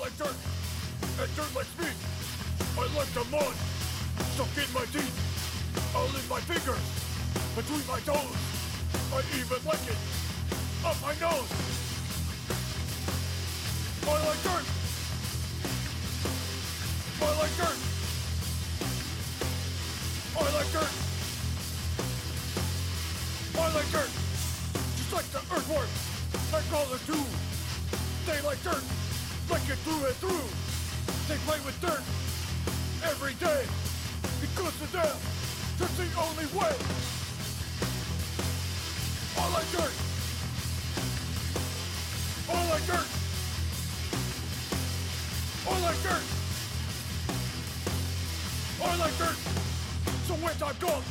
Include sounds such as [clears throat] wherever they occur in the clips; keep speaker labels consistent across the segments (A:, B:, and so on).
A: like dirt, and dirt likes me. I like the mud, stuck in my teeth. I'll in my fingers, between my toes. I even like it, up my nose. I like dirt. I like dirt. I like dirt. I like dirt. Just like the earthworm, I call it too. They like dirt, like it through and through. They play with dirt every day because to them, that's the only way. I like dirt. I like dirt. I like dirt. I like dirt. So when time comes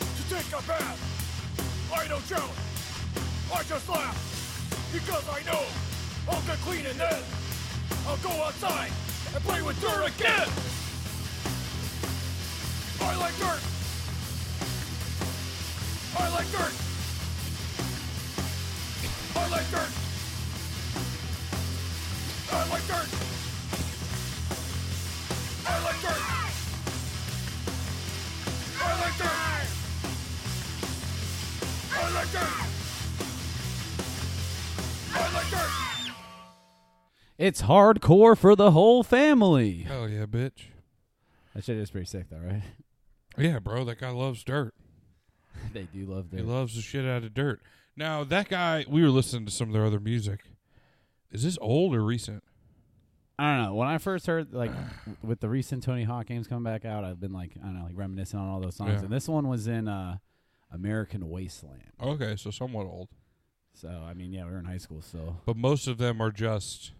A: to take a bath, I don't shout. I just laugh because I know I'll get clean and then I'll go outside and play with dirt again. I like dirt. I like dirt. I like dirt. I like dirt. I like dirt. I like dirt. I like dirt. I like dirt.
B: It's hardcore for the whole family.
C: Hell yeah, bitch.
B: That shit is pretty sick, though, right?
C: Yeah, bro, that guy loves dirt.
B: [laughs] they do love
C: He
B: their.
C: loves the shit out of dirt. Now that guy, we were listening to some of their other music. Is this old or recent?
B: I don't know. When I first heard like w- with the recent Tony Hawk games coming back out, I've been like I don't know, like reminiscing on all those songs.
C: Yeah.
B: And this one was in uh, American Wasteland.
C: Okay, so somewhat old.
B: So I mean, yeah, we were in high school, so
C: But most of them are just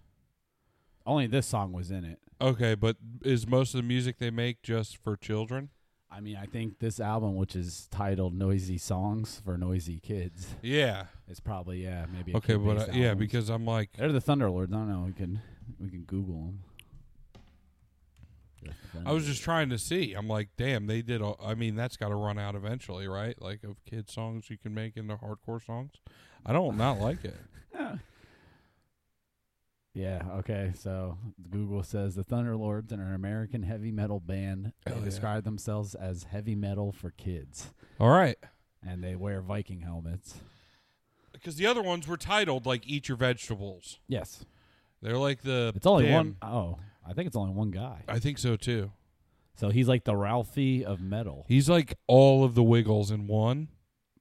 B: only this song was in it.
C: okay. But is most of the music they make just for children?
B: I mean, I think this album, which is titled "Noisy Songs for Noisy Kids,"
C: Yeah.
B: is probably uh, yeah maybe a
C: Okay, but
B: kid-based
C: I, yeah,
B: album.
C: because I'm like,
B: they're the Thunderlords. I don't know. We can we can Google them.
C: I was just trying to see. I'm like, damn, they did. All, I mean, that's got to run out eventually, right? Like of kid songs you can make into hardcore songs. I don't not like it.
B: Yeah, okay. So Google says the Thunderlords are an American heavy metal band. They
C: Hell Oh, yeah.
B: describe themselves as heavy metal for kids,
C: [laughs] All right.
B: and they wear Viking helmets.
C: Because the other ones were titled like "Eat Your Vegetables."
B: Yes.
C: They're like the.
B: It's only one
C: damn,
B: oh, I think it's only one guy.
C: I think so too.
B: So he's like the Ralphie of metal.
C: He's like all of the Wiggles in one,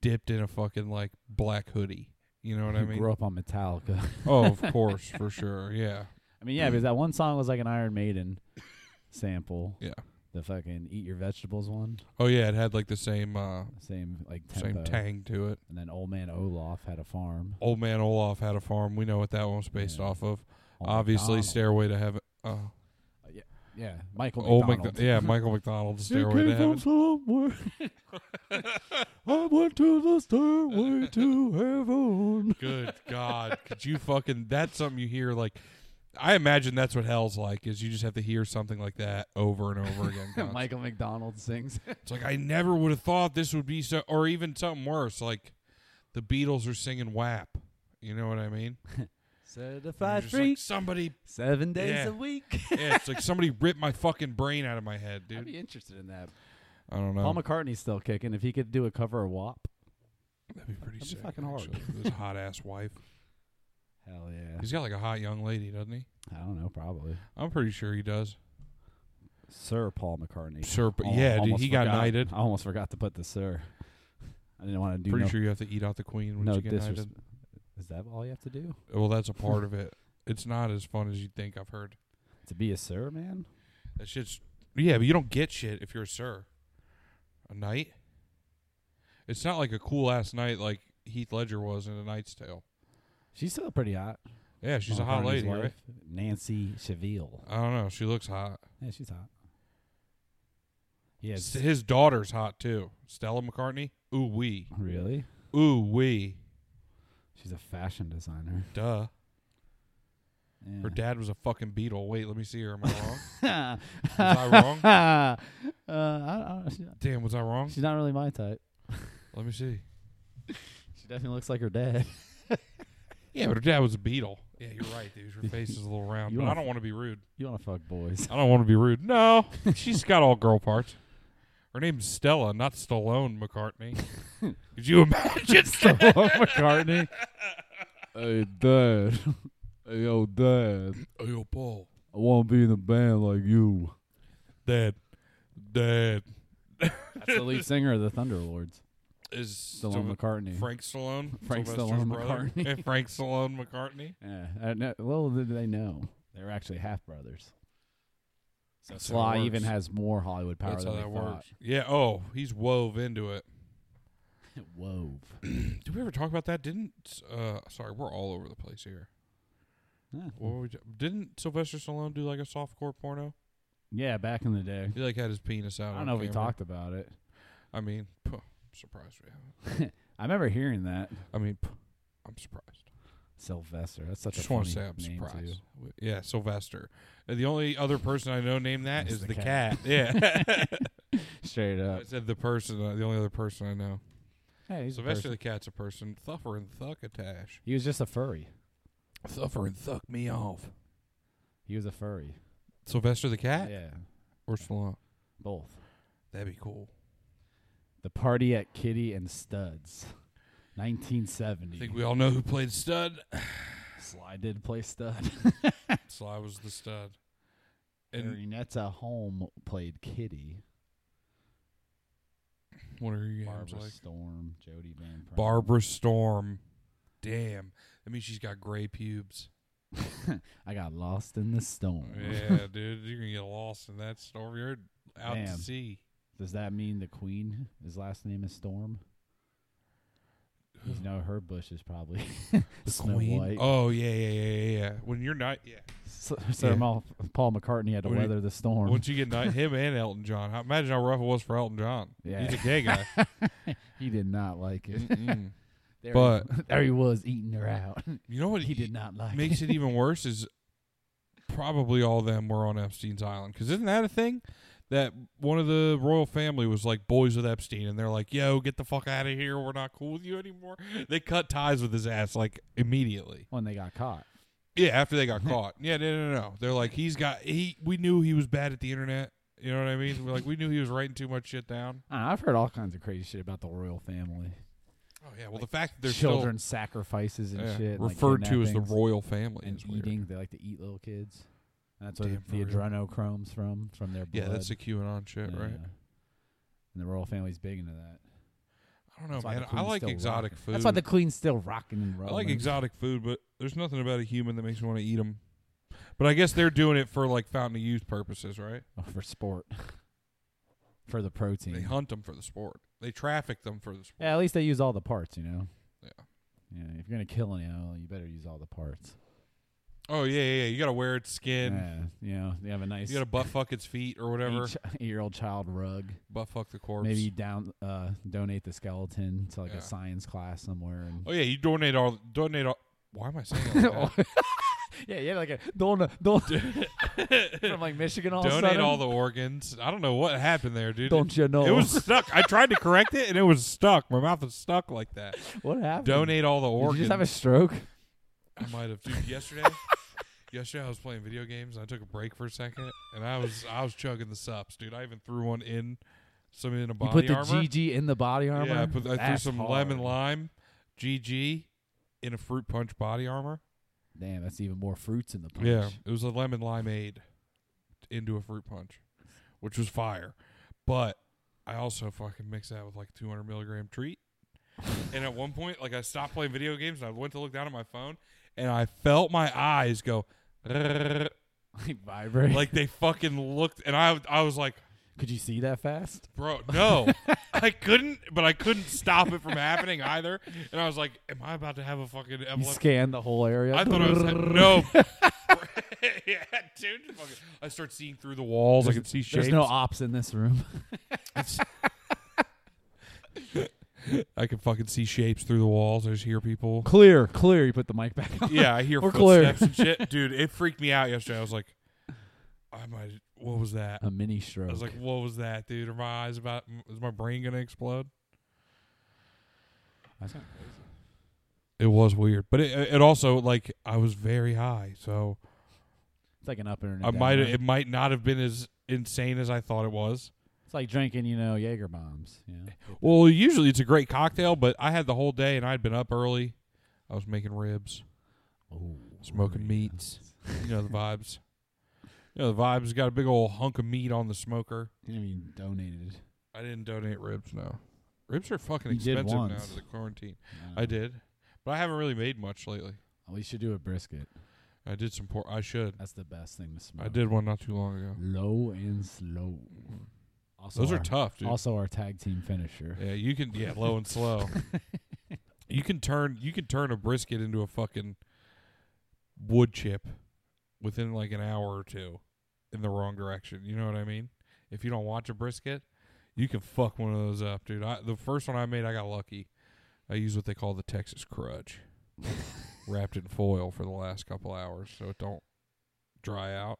C: dipped in a fucking like black hoodie.
B: [laughs]
C: You know what I
B: Who
C: mean?
B: grew up on Metallica. [laughs]
C: oh, of course, for sure. Yeah,
B: I mean, yeah, because that one song was like an Iron
C: [laughs]
B: Maiden sample.
C: yeah.
B: The fucking Eat Your Vegetables one.
C: Oh yeah, it had like the same uh
B: Same like
C: same
B: tempo.
C: tang to it.
B: And then Old Man Olaf had a farm.
C: Old Man Olaf had a farm. We know what that one was based
B: Yeah.
C: off of.
B: Old
C: Obviously,
B: MacDonald.
C: Stairway to Heaven. Uh,
B: Yeah, Michael
C: old
B: McDonald.
C: Mac- yeah,
B: [laughs]
C: Michael McDonald's Stairway
B: it
C: to
B: came from
C: Heaven.
B: somewhere.
C: [laughs]
B: I went to the stairway to heaven.
C: Good God, could you fucking? That's something you hear like. I imagine that's what hell's like. Is you just have to hear something like that over
B: [laughs]
C: and over again.
B: [laughs]
C: constantly.
B: Michael McDonald sings.
C: It's like I never would have thought this would be so, or even something worse. Like the Beatles are singing WAP. You know what I mean? And you're
B: [laughs] Certified
C: just
B: freak, [laughs]
C: like somebody.
B: seven days
C: Yeah.
B: a week.
C: Yeah, it's like somebody ripped my fucking brain out of my head,
B: I'd
C: dude.
B: be interested in that.
C: I don't know.
B: Paul McCartney's still kicking. If he could do a cover of WAP,
C: That'd be pretty
B: that'd be
C: sick.
B: fucking hard.
C: actually,
B: [laughs]
C: with His hot ass wife.
B: hell yeah.
C: He's got like a hot young lady, doesn't he?
B: I don't know, probably
C: I'm pretty sure he does.
B: Sir Paul McCartney.
C: Sure, but
B: Al-
C: yeah, dude,
B: almost
C: he got
B: forgot.
C: knighted.
B: I almost forgot to put the sir. I didn't want to do
C: pretty
B: no,
C: sure you have to eat out the queen when
B: no
C: you get
B: disres-
C: knighted.
B: Is that all you have to do
C: Well, that's a part of it. It's not as fun as you think. I've heard
B: to be a sir, man?
C: that shit's. Yeah, but you don't get shit if you're a sir. A knight. It's not like a cool ass knight like Heath Ledger was in A Knight's Tale.
B: She's still pretty hot.
C: Yeah, she's
B: Paul
C: a hot
B: McCartney's
C: lady, right?
B: wife, Nancy Cheville.
C: I don't know. She looks hot.
B: Yeah, she's hot. Yeah,
C: S- His daughter's hot too. Stella McCartney. Ooh wee.
B: really?
C: Ooh wee.
B: She's a fashion designer.
C: Duh.
B: Yeah.
C: Her dad was a fucking beetle. Wait, let me see her. [laughs] Am I wrong?
B: [laughs] Was
C: Was I wrong?
B: uh, I, I, don't- she-
C: Damn, was I wrong?
B: she's not really my type.
C: Let me see.
B: She definitely looks like her dad.
C: Yeah, but her dad was a beetle. Yeah, you're right, dude. [laughs] Her face is a little round.
B: You
C: but I
B: wanna-
C: don't want to be rude.
B: [laughs] You want to fuck
C: [laughs]
B: boys?
C: I don't want to be rude. No, she's got all girl parts. Her name's Stella, not
B: [laughs]
C: Stallone McCartney. Could you imagine?
B: Stallone McCartney. Hey dad, [laughs] hey yo dad,
C: oh, yo, Paul.
B: I want to be in a band like you.
C: Dad. Dad.
B: That's the lead singer of the Thunderlords,
C: Is
B: Stallone McCartney.
C: Frank Stallone?
B: [laughs] Frank
C: Sylvester's
B: Stallone
C: brother?
B: McCartney.
C: Yeah, Frank Stallone McCartney.
B: yeah, I know, little did they know they were actually half brothers. So
C: That's how it
B: Sly even
C: works.
B: has more Hollywood [laughs] power
C: That's
B: than
C: how
B: they
C: that
B: thought.
C: works. Yeah, oh, he's wove into it. [clears throat]
B: [laughs] Wove.
C: Did we ever talk about that? Didn't, uh, sorry, we're all over the place here.
B: Yeah.
C: What were we, t- didn't Sylvester Stallone do like a softcore porno?
B: Yeah, back in the day.
C: He like had his penis
B: I
C: out. on
B: don't know if we
C: camera.
B: talked about it.
C: I mean, puh, I'm surprised we haven't.
B: I remember hearing that.
C: I mean, puh, I'm surprised.
B: Sylvester. That's such
C: just
B: a funny
C: want to say I'm
B: name too.
C: surprised. W- Yeah, Sylvester. And the only other person I know named that
B: That's
C: is
B: the
C: the, cat. Yeah, [laughs]
B: Straight
C: I
B: up.
C: said the person. Uh, the only other person I know.
B: Hey, he's a
C: Sylvester
B: person.
C: the cat's a person. Thuffer and Thuckatash.
B: He was just a furry.
C: Thuffer and Thuck me off.
B: He was a furry.
C: Sylvester the cat
B: Yeah,
C: or Stallone?
B: both.
C: That'd be cool.
B: The party at Kitty and Studs,
C: I
B: 1970.
C: think we all know who played Stud.
B: Sly did play Stud.
C: Sly was the stud. [laughs] And
B: Marinetta Home played Kitty.
C: what are you games
B: Barbara
C: like?
B: Storm, Jody Van. Prine.
C: Barbara Storm. Damn. That means she's got gray pubes.
B: I got lost in the storm.
C: Yeah, [laughs] dude. You're going to get lost in that storm. You're out
B: Damn.
C: to sea.
B: Does that mean the Queen? His last name is Storm. You know her bush is probably [laughs] Snow White.
C: Oh, yeah, yeah, yeah, yeah, yeah. When you're not, yeah.
B: So, so
C: Yeah.
B: Mal- Paul McCartney had to
C: When you-
B: weather the storm.
C: Once you get night, him and Elton John. How- Imagine how rough it was for Elton John.
B: Yeah.
C: He's a
B: [laughs]
C: gay guy.
B: he did not like
C: [laughs]
B: it.
C: Mm-mm.
B: [laughs] There
C: But-
B: he, [laughs] there he was eating her out. [laughs]
C: you know what
B: he did not like
C: makes it e- even worse is probably all of them were on Epstein's island. Because isn't that a thing? That one of the royal family was like boys with Epstein, and they're like, "Yo, get the fuck out of here. We're not cool with you anymore." They cut ties with his ass like immediately.
B: [laughs] when they got caught.
C: Yeah, after they got caught. Yeah, no, no, no. They're like, "He's got he. We knew he was bad at the internet. You know what I mean? We're like, we knew he was writing too much shit down.
B: I don't know, I've heard all kinds of crazy shit about the royal family.
C: Oh yeah. Well, the fact that they're
B: Children sacrifices and
C: still yeah,
B: shit. like
C: referred to as the
B: kidnappings
C: royal family
B: and
C: is weird.
B: eating. They like to eat little kids. And that's where
C: Damn,
B: the,
C: for
B: the
C: real.
B: adrenochromes from from their blood.
C: Yeah, that's the QAnon shit,
B: Yeah.
C: right?
B: And the royal family's big into that.
C: I don't know,
B: That's why the
C: Oh, man. I
B: queen's
C: like
B: still
C: exotic
B: rocking.
C: food.
B: That's why the queen's still rocking and
C: I
B: rolling.
C: like exotic food, but there's nothing about a human that makes me want to eat them. But I guess they're doing it for like fountain of youth purposes, right?
B: Oh, [laughs] for sport, [laughs] for the protein.
C: They hunt them for the sport. They traffic them for the sport.
B: Yeah, at least they use all the parts, you know.
C: Yeah.
B: Yeah, if you're gonna kill an animal, you better use all the parts.
C: Oh yeah, yeah. yeah. You gotta wear its skin.
B: yeah, you know, they have a nice
C: You gotta butt fuck its feet or whatever.
B: [laughs] year old child rug.
C: Butt fuck the corpse.
B: Maybe down uh, donate the skeleton to like
C: Yeah.
B: a science class somewhere. And
C: Oh yeah, you donate all. Donate all. Why am I saying
B: [laughs]
C: it like that?
B: yeah, yeah, like a don't
C: [laughs]
B: don't [laughs] from like Michigan. All
C: donate all the organs? I don't know what happened there, dude.
B: Don't you know?
C: It
B: [laughs]
C: was stuck. I tried to correct it and it was stuck. My mouth is stuck like that.
B: what happened?
C: Donate all the
B: Did you
C: organs.
B: just have a stroke?
C: I might have, dude. Yesterday, [laughs] yesterday I was playing video games and I took a break for a second, and I was I was chugging the sups, dude. I even threw one in, some in
B: You
C: a body
B: put the
C: armor.
B: GG in the body armor.
C: Yeah, I, put, I threw
B: That's
C: some
B: hard.
C: lemon lime, GG, in a fruit punch body armor.
B: Damn, that's even more fruits in the punch. [laughs]
C: Yeah, it was a lemon limeade into a fruit punch, which was fire. But I also fucking mixed that with like a 200 milligram treat. and at one point, like I stopped playing video games and I went to look down at my phone, and I felt my eyes go. [laughs]
B: Like vibrate.
C: like they fucking looked and I I was like,
B: could you see that fast?
C: bro,
B: [laughs]
C: no. I couldn't, but I couldn't stop it from happening either. And I was like, am I about to have a fucking
B: You
C: epileptic
B: scan the whole area.
C: I thought I was no. [laughs] yeah, dude. fucking- I start seeing through the walls. I
B: There's-
C: can see
B: [laughs] There's
C: shapes. [laughs]
B: no ops in this room.
C: I can fucking see shapes through the walls. I just
B: [laughs]
C: hear people.
B: Clear, clear. You put the mic back on.
C: Yeah, I hear
B: We're clear.
C: footsteps and
B: [laughs]
C: shit, dude. It freaked me out yesterday. I was like, I might. What was that?
B: A mini stroke.
C: I was like, what was that, dude? Are my eyes about? Is my brain gonna explode? It was weird, but it it also like I was very high, so
B: It's like an up and a
C: I
B: down.
C: might it might not have been as insane as I thought it was.
B: It's like drinking, you know, Jaeger bombs. You know?
C: Well, usually it's a great cocktail, but I had the whole day and I'd been up early. I was making ribs, smoking meats.
B: [laughs]
C: You know the vibes. You know the vibes. Got a big old hunk of meat on the smoker.
B: I mean, donated.
C: I didn't donate ribs. No, ribs are fucking
B: You did
C: expensive now
B: once.
C: to the quarantine.
B: don't
C: I
B: know.
C: did, but I haven't really made much lately.
B: At least you do a brisket.
C: I did some pork. I should.
B: That's the best thing to smoke.
C: I did one not too long ago.
B: Low and slow. Also
C: Those
B: our,
C: are tough, dude.
B: Also, our tag team finisher.
C: Yeah, you can yeah, low and slow. you can turn you can turn a brisket into a fucking wood chip within like an hour or two in the wrong direction. You know what I mean? If you don't watch a brisket, you can fuck one of those up, dude. I, the first one I made, I got lucky. I used what they call the Texas crutch, wrapped in foil for the last couple hours so it don't dry out.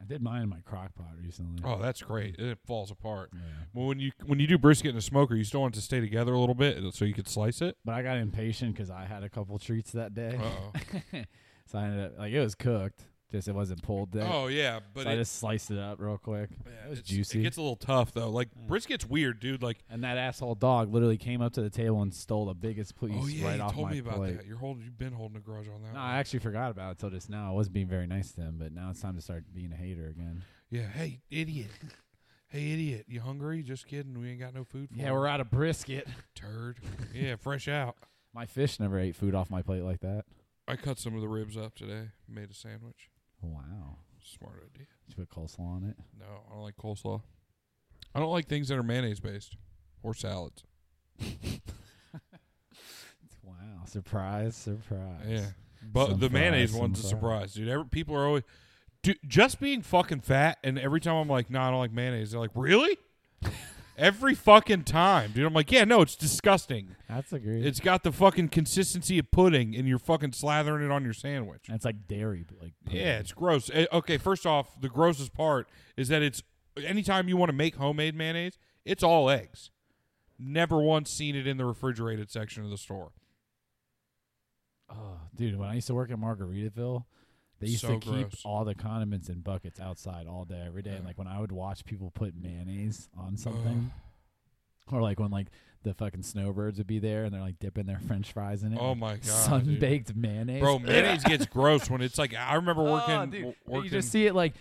B: I did mine in my crock pot recently.
C: Oh, that's great. It falls apart.
B: Yeah.
C: Well, when you when you do brisket in a smoker, you still want it to stay together a little bit so you could slice it.
B: But I got impatient because I had a couple treats that day.
C: Uh-oh.
B: so I ended up, like, it was cooked, just it wasn't pulled. That,
C: Oh yeah, but
B: so I
C: it,
B: just sliced it up real quick.
C: yeah,
B: it was
C: it's-
B: juicy. Mm.
C: It gets a little tough though. Like brisket's weird, dude. Like
B: and that asshole dog literally came up to the table and stole the biggest piece
C: oh yeah,
B: right
C: you
B: off
C: told
B: my
C: me about
B: plate.
C: that. You're holding, you've been holding a grudge on that.
B: No,
C: one.
B: I actually forgot about it till just now. I was being very nice to him, but now it's time to start being a hater again.
C: yeah. Hey
B: [laughs]
C: idiot. hey idiot. You hungry? Just kidding. We ain't got no food. For
B: Yeah,
C: you.
B: we're out of brisket. [laughs]
C: turd. yeah, fresh out.
B: My fish never ate food off my plate like that.
C: I cut some of the ribs up today. Made a sandwich.
B: Wow.
C: Smart idea.
B: Did you put coleslaw on it?
C: No, I don't like coleslaw. I don't like things that are mayonnaise based or salads.
B: Wow. Surprise, surprise.
C: Yeah, but
B: Some
C: the mayonnaise
B: fries,
C: one's a
B: some
C: surprise, dude. Every, people are always, dude, just being fucking fat, and every time I'm like, no, nah, I don't like mayonnaise. They're like,
B: [laughs]
C: really? every fucking time, dude. I'm like, yeah, no, it's disgusting.
B: That's a great.
C: It's got the fucking consistency of pudding, and you're fucking slathering it on your sandwich.
B: That's like dairy, but like
C: Yeah, it's gross. Eh, Okay, first off, the grossest part is that it's anytime you want to make homemade mayonnaise, it's all eggs. Never once seen it in the refrigerated section of the store.
B: Oh, dude, when I used to work in Margaritaville, they used
C: So
B: to keep
C: gross.
B: all the condiments in buckets outside all day, every day. And
C: Yeah.
B: like when I would watch people put mayonnaise on something, or like when like the fucking snowbirds would be there and they're like dipping their French fries in it.
C: Oh
B: like,
C: my god,
B: sun
C: dude.
B: baked mayonnaise, [laughs]
C: Bro, mayonnaise gets gross when it's like I remember working.
B: Oh, dude.
C: w-
B: And
C: working
B: You just see it like,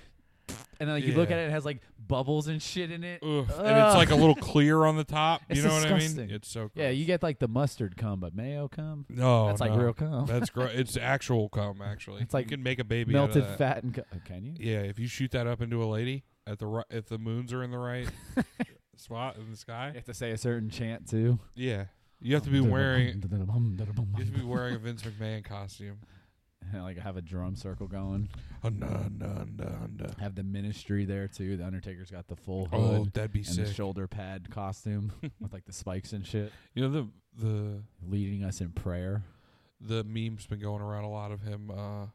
B: and then like you look
C: Yeah.
B: at it, it has like bubbles and shit in it.
C: Ugh, and it's like a little clear on the top. You
B: It's
C: know what I
B: disgusting.
C: mean? It's so gross.
B: yeah, you get like the mustard cum, but mayo cum.
C: no,
B: That's like
C: no.
B: real cum.
C: That's
B: [laughs]
C: gross. It's actual cum actually.
B: It's like
C: you can make a baby out of
B: Melted
C: that.
B: fat and cum. Can you?
C: Yeah, if you shoot that up into a lady at the right, if the moons are in
B: [laughs]
C: the right spot in the
B: You
C: sky,
B: have to say a certain chant too.
C: yeah, you have to be wearing. You have to be
B: wearing.
C: wearing a Vince
B: [laughs]
C: McMahon costume. [laughs]
B: like have a drum circle going.
C: Uh, nah, nah, nah, nah.
B: Have the ministry there too. The Undertaker's got the full hood
C: Oh, that'd be
B: and the
C: sick.
B: shoulder pad
C: [laughs]
B: costume with like the spikes and shit,
C: You know the the
B: leading us in prayer.
C: the meme's been going around a lot of him. Uh,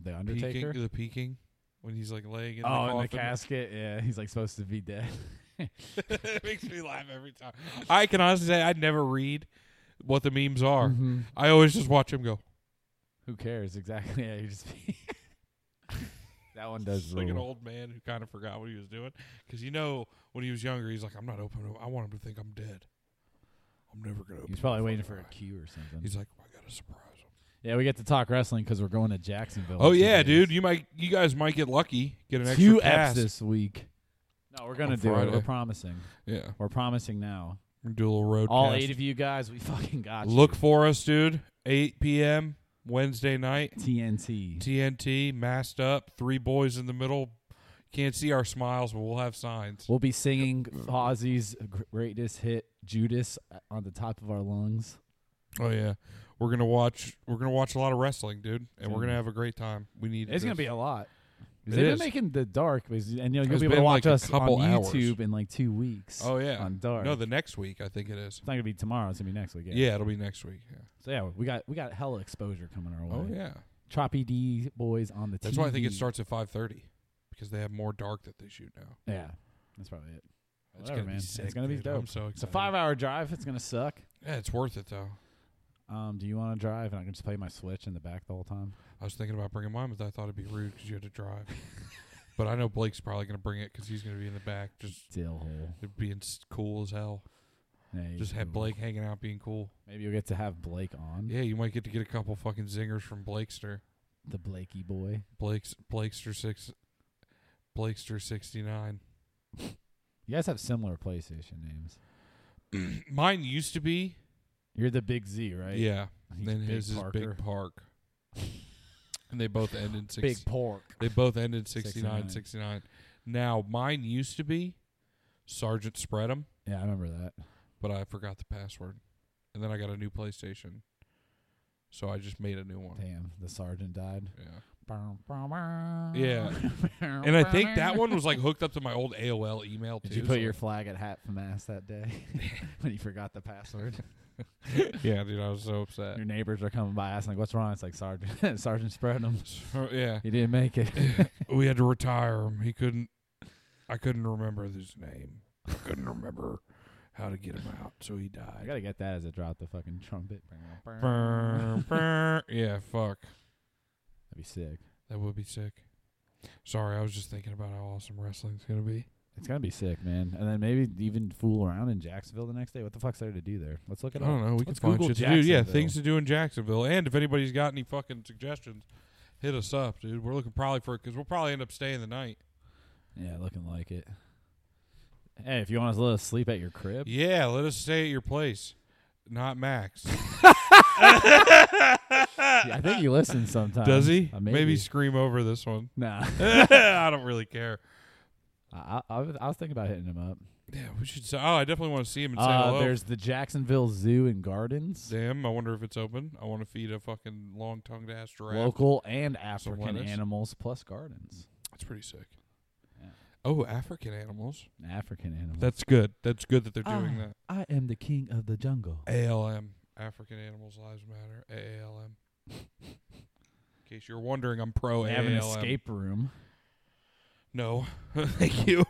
B: The Undertaker.
C: Peeking, the peeking when he's like laying in
B: oh, in
C: the
B: the
C: coffin.
B: casket. Yeah, he's like supposed to be dead.
C: [laughs] it makes me laugh every time. I can honestly say I never read what the memes are.
B: Mhm.
C: I always just watch him go.
B: Who cares? Exactly. [laughs] Yeah, you just. that one does
C: It's like an
B: rule.
C: old man who kind of forgot what he was doing because you know when he was younger, he's like, "I'm not open. I want him to think I'm dead. I'm never gonna."
B: He
C: Open
B: was probably
C: my
B: waiting for
C: fucking
B: a
C: eye."
B: cue or something.
C: He's like, "Oh, "I got to surprise him."
B: yeah, we get to talk wrestling because we're going to Jacksonville.
C: Oh
B: in two
C: yeah,
B: days.
C: dude. You might, you guys might get lucky. Get an extra
B: Two
C: pass.
B: apps this week. No, we're gonna
C: On
B: do it. We're
C: Friday.
B: promising.
C: Yeah,
B: We're promising now.
C: We're gonna do a little road.
B: All
C: cast.
B: eight of you guys, we [laughs] fucking got you.
C: Look for us, dude. 8 p.m. Wednesday night.
B: TNT.
C: TNT, masked up, three boys in the middle. Can't see our smiles, but we'll have signs.
B: We'll be singing Ozzy's greatest hit, Judas, uh, on the top of our lungs.
C: Oh yeah, we're gonna watch. We're gonna watch a lot of wrestling, dude, and we're
B: Dude.
C: gonna have a great time. We need.
B: It's gonna
C: this.
B: be a lot. 'Cause
C: It
B: They've
C: is.
B: been making the dark, was- and you'll, you'll
C: It's
B: be able to
C: been
B: watch
C: like a
B: us on
C: couple hours.
B: YouTube in like two weeks.
C: Oh yeah,
B: on dark.
C: No, the next week I think it is.
B: it's not gonna be tomorrow. It's gonna be next week.
C: Yeah, it'll be next week. Yeah.
B: So yeah, we got we got hella exposure coming our way.
C: Oh yeah,
B: Choppy D boys on the.
C: that's why I think it
B: TV.
C: starts at 5:30 because they have more dark that they shoot now.
B: Yeah, that's probably it.
C: It's
B: Whatever,
C: gonna
B: man.
C: be
B: It's
C: sick.
B: gonna be
C: dude.
B: dope.
C: I'm so excited.
B: It's a five-hour drive. It's gonna suck.
C: Yeah, it's worth it though.
B: Um, do you want to drive? And I can just play my Switch in the back the whole time.
C: I was thinking about bringing mine, but I thought it'd be rude because you had to [laughs] drive. but I know Blake's probably going to bring it because he's going to be in the back, just
B: Still hole.
C: being s- cool as hell.
B: Hey,
C: Just have Blake hanging out, being cool.
B: Maybe you'll get to have Blake on
C: Yeah, you might get to get a couple fucking zingers from Blakester.
B: the Blakey boy.
C: Blake's Blakester six, Blakester sixty nine.
B: You guys have similar PlayStation names.
C: Mine used to be
B: You're the Big Z, right?
C: yeah.
B: He's
C: then
B: Big
C: his is
B: Parker.
C: Big Park. and they both
B: [laughs]
C: end in six.
B: Big Pork.
C: They both end in 69,
B: 69.
C: 69. Now mine used to be Sergeant Spreadem,
B: Yeah, I remember that.
C: but I forgot the password, and then I got a new PlayStation, so I just made a new one.
B: Damn, the sergeant died.
C: Yeah.
B: [laughs] Yeah.
C: And I think that one was like hooked up to my old AOL email too.
B: Did you put
C: so-
B: your flag at hat from ass that day [laughs] when you forgot the
C: [laughs]
B: password?
C: [laughs] Yeah, dude, I was so upset.
B: Your neighbors are coming by asking, like, "What's wrong?" It's like sergeant, [laughs] sergeant spreading them.
C: So, yeah.
B: He didn't make it.
C: we had to retire him. He couldn't. I couldn't remember his name. I couldn't remember how to get him out, so he
B: I
C: died. [laughs]
B: gotta get that as a drop the fucking trumpet. That'd
C: Brr, brr. yeah, fuck.
B: be sick.
C: That would be sick. Sorry, I was just thinking about how awesome wrestling's gonna be.
B: It's gonna be sick, man. And then maybe even fool around in Jacksonville the next day. What the fuck's there to do there? Let's look
C: I
B: it
C: don't
B: up.
C: know. We
B: Let's
C: can find
B: Google
C: shit to do. Yeah,
B: Jacksonville.
C: things to do in Jacksonville. And if anybody's got any fucking suggestions, hit us up, dude. We're looking probably for it because we'll probably end up staying the night.
B: Yeah, looking like it. Hey, if you want to let us sleep at your crib,
C: Yeah, let us stay at your place. Not [laughs] Max.
B: I think he listens sometimes.
C: Does he?
B: Uh,
C: maybe. scream over this one.
B: Nah.
C: [laughs] I don't really care.
B: I, I, I was- I was thinking about hitting him up.
C: Yeah, we should. Say, oh, I definitely want to see him and say
B: Uh,
C: hello.
B: there's the Jacksonville Zoo and Gardens,
C: Damn, I wonder if it's open. I want to feed a fucking long-tongued ass giraffe.
B: local and African
C: lettuce.
B: animals plus gardens.
C: That's pretty sick.
B: Yeah.
C: Oh, African animals. Ah.
B: African animals.
C: That's good. That's good that they're doing that.
B: Ah, I am the king of the jungle.
C: ALM, African Animals Lives Matter. AALM. In case you're wondering, I'm pro
B: They
C: AALM.
B: have an escape room.
C: No, [laughs] thank you.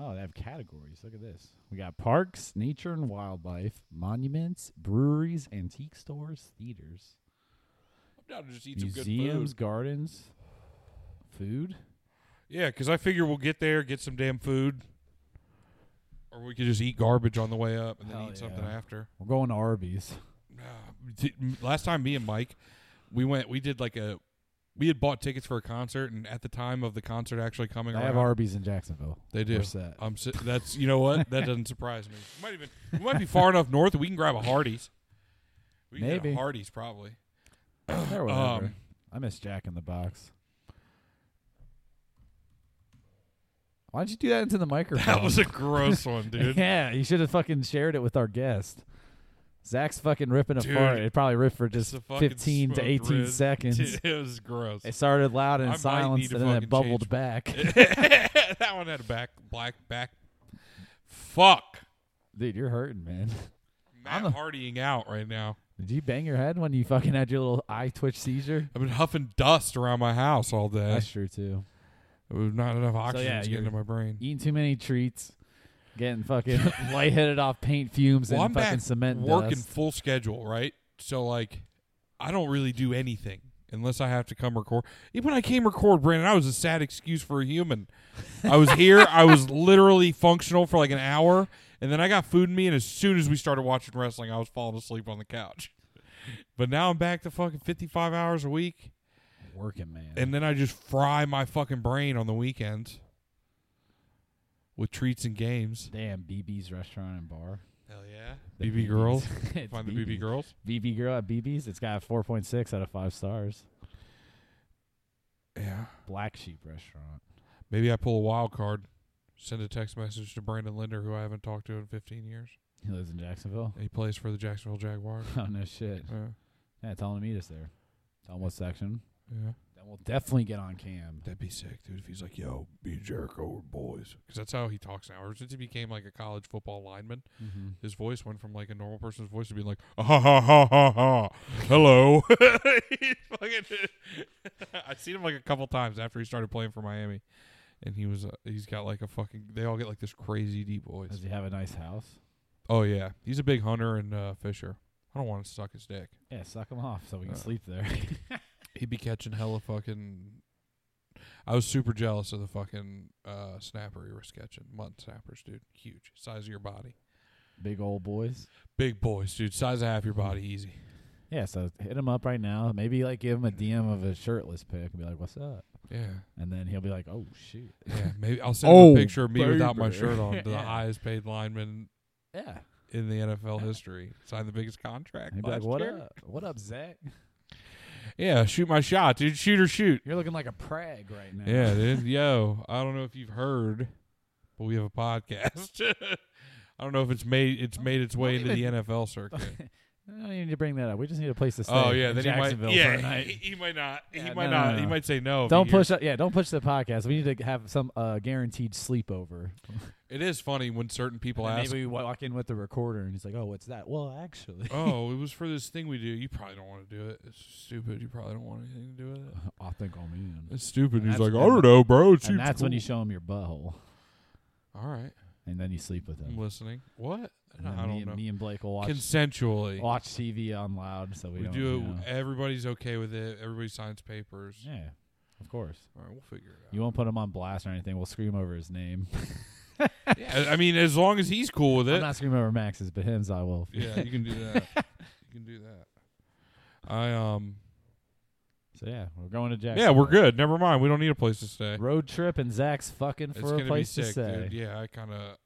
B: Oh, they have categories. Look at this. We got parks, nature and wildlife, monuments, breweries, antique stores, theaters,
C: I'm down to just eat some good
B: museums,
C: food.
B: gardens, food.
C: Yeah, because I figure we'll get there, get some damn food, or we could just eat garbage on the way up and then
B: Hell
C: eat something
B: yeah.
C: after.
B: We're going to Arby's.
C: Ah, d- m- last time me and Mike, we went. We did like a. We had bought tickets for a concert, and at the time of the concert actually coming
B: They
C: around,
B: have Arby's in Jacksonville.
C: they do.
B: We're [laughs] set.
C: I'm. si- That's you know what that doesn't surprise me. We might even we might be far enough north that we can grab a Hardee's. We can get
B: Maybe.
C: a Hardee's probably.
B: They're whatever.
C: Um,
B: I miss Jack in the Box. Why'd you do that into the microphone?
C: that was a gross one,
B: [laughs]
C: dude.
B: yeah, you should have fucking shared it with our guest. Zach's fucking ripping a
C: Dude,
B: fart. It probably ripped for
C: It's
B: just
C: a fucking
B: 15 to
C: smoke
B: 18
C: rid.
B: seconds.
C: Dude, it was gross.
B: It started loud
C: I
B: and
C: might need
B: silenced,
C: to
B: and then
C: fucking
B: it bubbled
C: change-
B: back.
C: [laughs]
B: [laughs]
C: that one had a back black back. Fuck.
B: Dude, you're hurting, man.
C: Matt
B: a-
C: Hardying out right now.
B: Did you bang your head when you fucking had your little eye twitch seizure?
C: I've been huffing dust around my house all day.
B: That's true too.
C: There's not enough oxygen
B: yeah,
C: to get
B: you're-
C: into my brain.
B: Eating too many treats, getting
C: [laughs]
B: fucking [laughs] lightheaded off paint fumes
C: Well,
B: and
C: I'm
B: fucking
C: back
B: cement
C: working
B: dust.
C: full schedule, right? So like, I don't really do anything unless I have to come record. Even when I came record, Brandon, I was a sad excuse for a human. I was here. I
B: [laughs]
C: was literally functional for like an hour, and then I got food in me. And as soon as we started watching wrestling, I was falling asleep on the couch. But now I'm back to fucking 55 hours a week,
B: working, man.
C: and then I just fry my fucking brain on the weekends with treats and games.
B: Damn, BB's restaurant and bar.
C: Hell yeah,
B: The
C: BB girls.
B: [laughs] It's
C: Find the BB girls.
B: BB girl at BB's. It's got a 4.6 out of 5 stars.
C: Yeah.
B: Black sheep restaurant.
C: Maybe I pull a wild card, send a text message to Brandon Linder, who I haven't talked to in 15 years.
B: He lives in Jacksonville. [laughs]
C: He plays for the Jacksonville Jaguars.
B: Oh, no shit.
C: yeah.
B: Yeah, tell him to meet us there. Tell him what section.
C: yeah.
B: Then we'll definitely get on cam.
C: That'd be sick, dude, if he's like, yo, be Jericho or boys. Because that's how he talks now. Ever since he became like a college football lineman,
B: Mm-hmm.
C: his voice went from like a normal person's voice to being like, ha ha ha ha ha, hello. [laughs] He fucking- [laughs] I've seen him like a couple times after he started playing for Miami. And he was, uh, he's got like a fucking, they all get like this crazy deep voice.
B: Does he have a nice house?
C: Oh yeah, he's a big hunter and uh, fisher. I don't want to suck his dick.
B: Yeah, suck him off so we can
C: Uh.
B: sleep
C: [laughs]
B: there.
C: He'd be catching hella fucking. I was super jealous of the fucking uh, snapper you were sketching. Mutton snappers, dude. Huge. Size of your body.
B: Big old boys.
C: Big boys, dude. Size of half your body. Easy.
B: Yeah, so hit him up right now. Maybe like give him a DM of a shirtless pic and be like, "What's up?"
C: Yeah.
B: And then he'll be like, "Oh shoot."
C: Yeah. Maybe I'll send him
B: Oh,
C: a picture of me without my
B: baby.
C: shirt on to
B: [laughs]
C: the
B: Yeah.
C: highest paid lineman
B: Yeah.
C: in the NFL history. Signed the biggest contract.
B: And he'd be like,
C: last
B: "What
C: year."
B: up? What up, Zach? [laughs]
C: Yeah. Shoot my shot, dude. Shoot or shoot.
B: You're looking like a prag right now."
C: Yeah, dude. Yo, I don't know if you've heard, but we have a podcast. [laughs] I don't know if it's made it's made its way into
B: Don't even-
C: the NFL
B: [laughs]
C: circuit.
B: I don't need to bring that up. We just need a place to stay.
C: Oh yeah,
B: in
C: then he might.
B: Jacksonville
C: yeah,
B: for a night.
C: He, he might not.
B: Yeah,
C: he might
B: no, no,
C: not.
B: no.
C: He might say no. if
B: don't
C: he hears-
B: push. Yeah, don't push the podcast. We need to have some uh, guaranteed sleepover.
C: It is funny when certain people
B: And then
C: ask.
B: maybe we walk in with the recorder, and he's like, "Oh, what's that?" Well, [laughs] actually,
C: Oh, it was for this thing we do. You probably don't want to do it. It's stupid. You probably don't want anything to do with it.
B: I think I'm in.
C: It's stupid.
B: And
C: He's
B: that's-
C: like, I don't know, bro. It
B: And
C: seems
B: that's when you
C: cool."
B: show him your butthole,
C: All right,
B: and then you sleep with
C: I'm
B: him.
C: listening. What?
B: And
C: No,
B: then
C: I
B: me,
C: don't
B: and-
C: know.
B: me and Blake will watch
C: Consensually,
B: watch TV on loud, so we,
C: we
B: don't,
C: do
B: you know.
C: it. Everybody's okay with it. Everybody signs papers.
B: Yeah, of course.
C: All right, we'll figure it
B: You won't put him on blast or anything. We'll scream over his name. [laughs]
C: out. yeah, I mean, as long as he's cool with
B: I'm
C: it.
B: not screaming over Max's, but him's I will.
C: [laughs] yeah, you can do that.
B: [laughs]
C: you can do that. I um.
B: So yeah, we're going to Jack.
C: Yeah, we're good. Never mind. We don't need a place to stay.
B: Road trip and Zach's fucking
C: It's
B: for a
C: gonna
B: place
C: be
B: to
C: sick,
B: stay.
C: dude. Yeah, I kind of.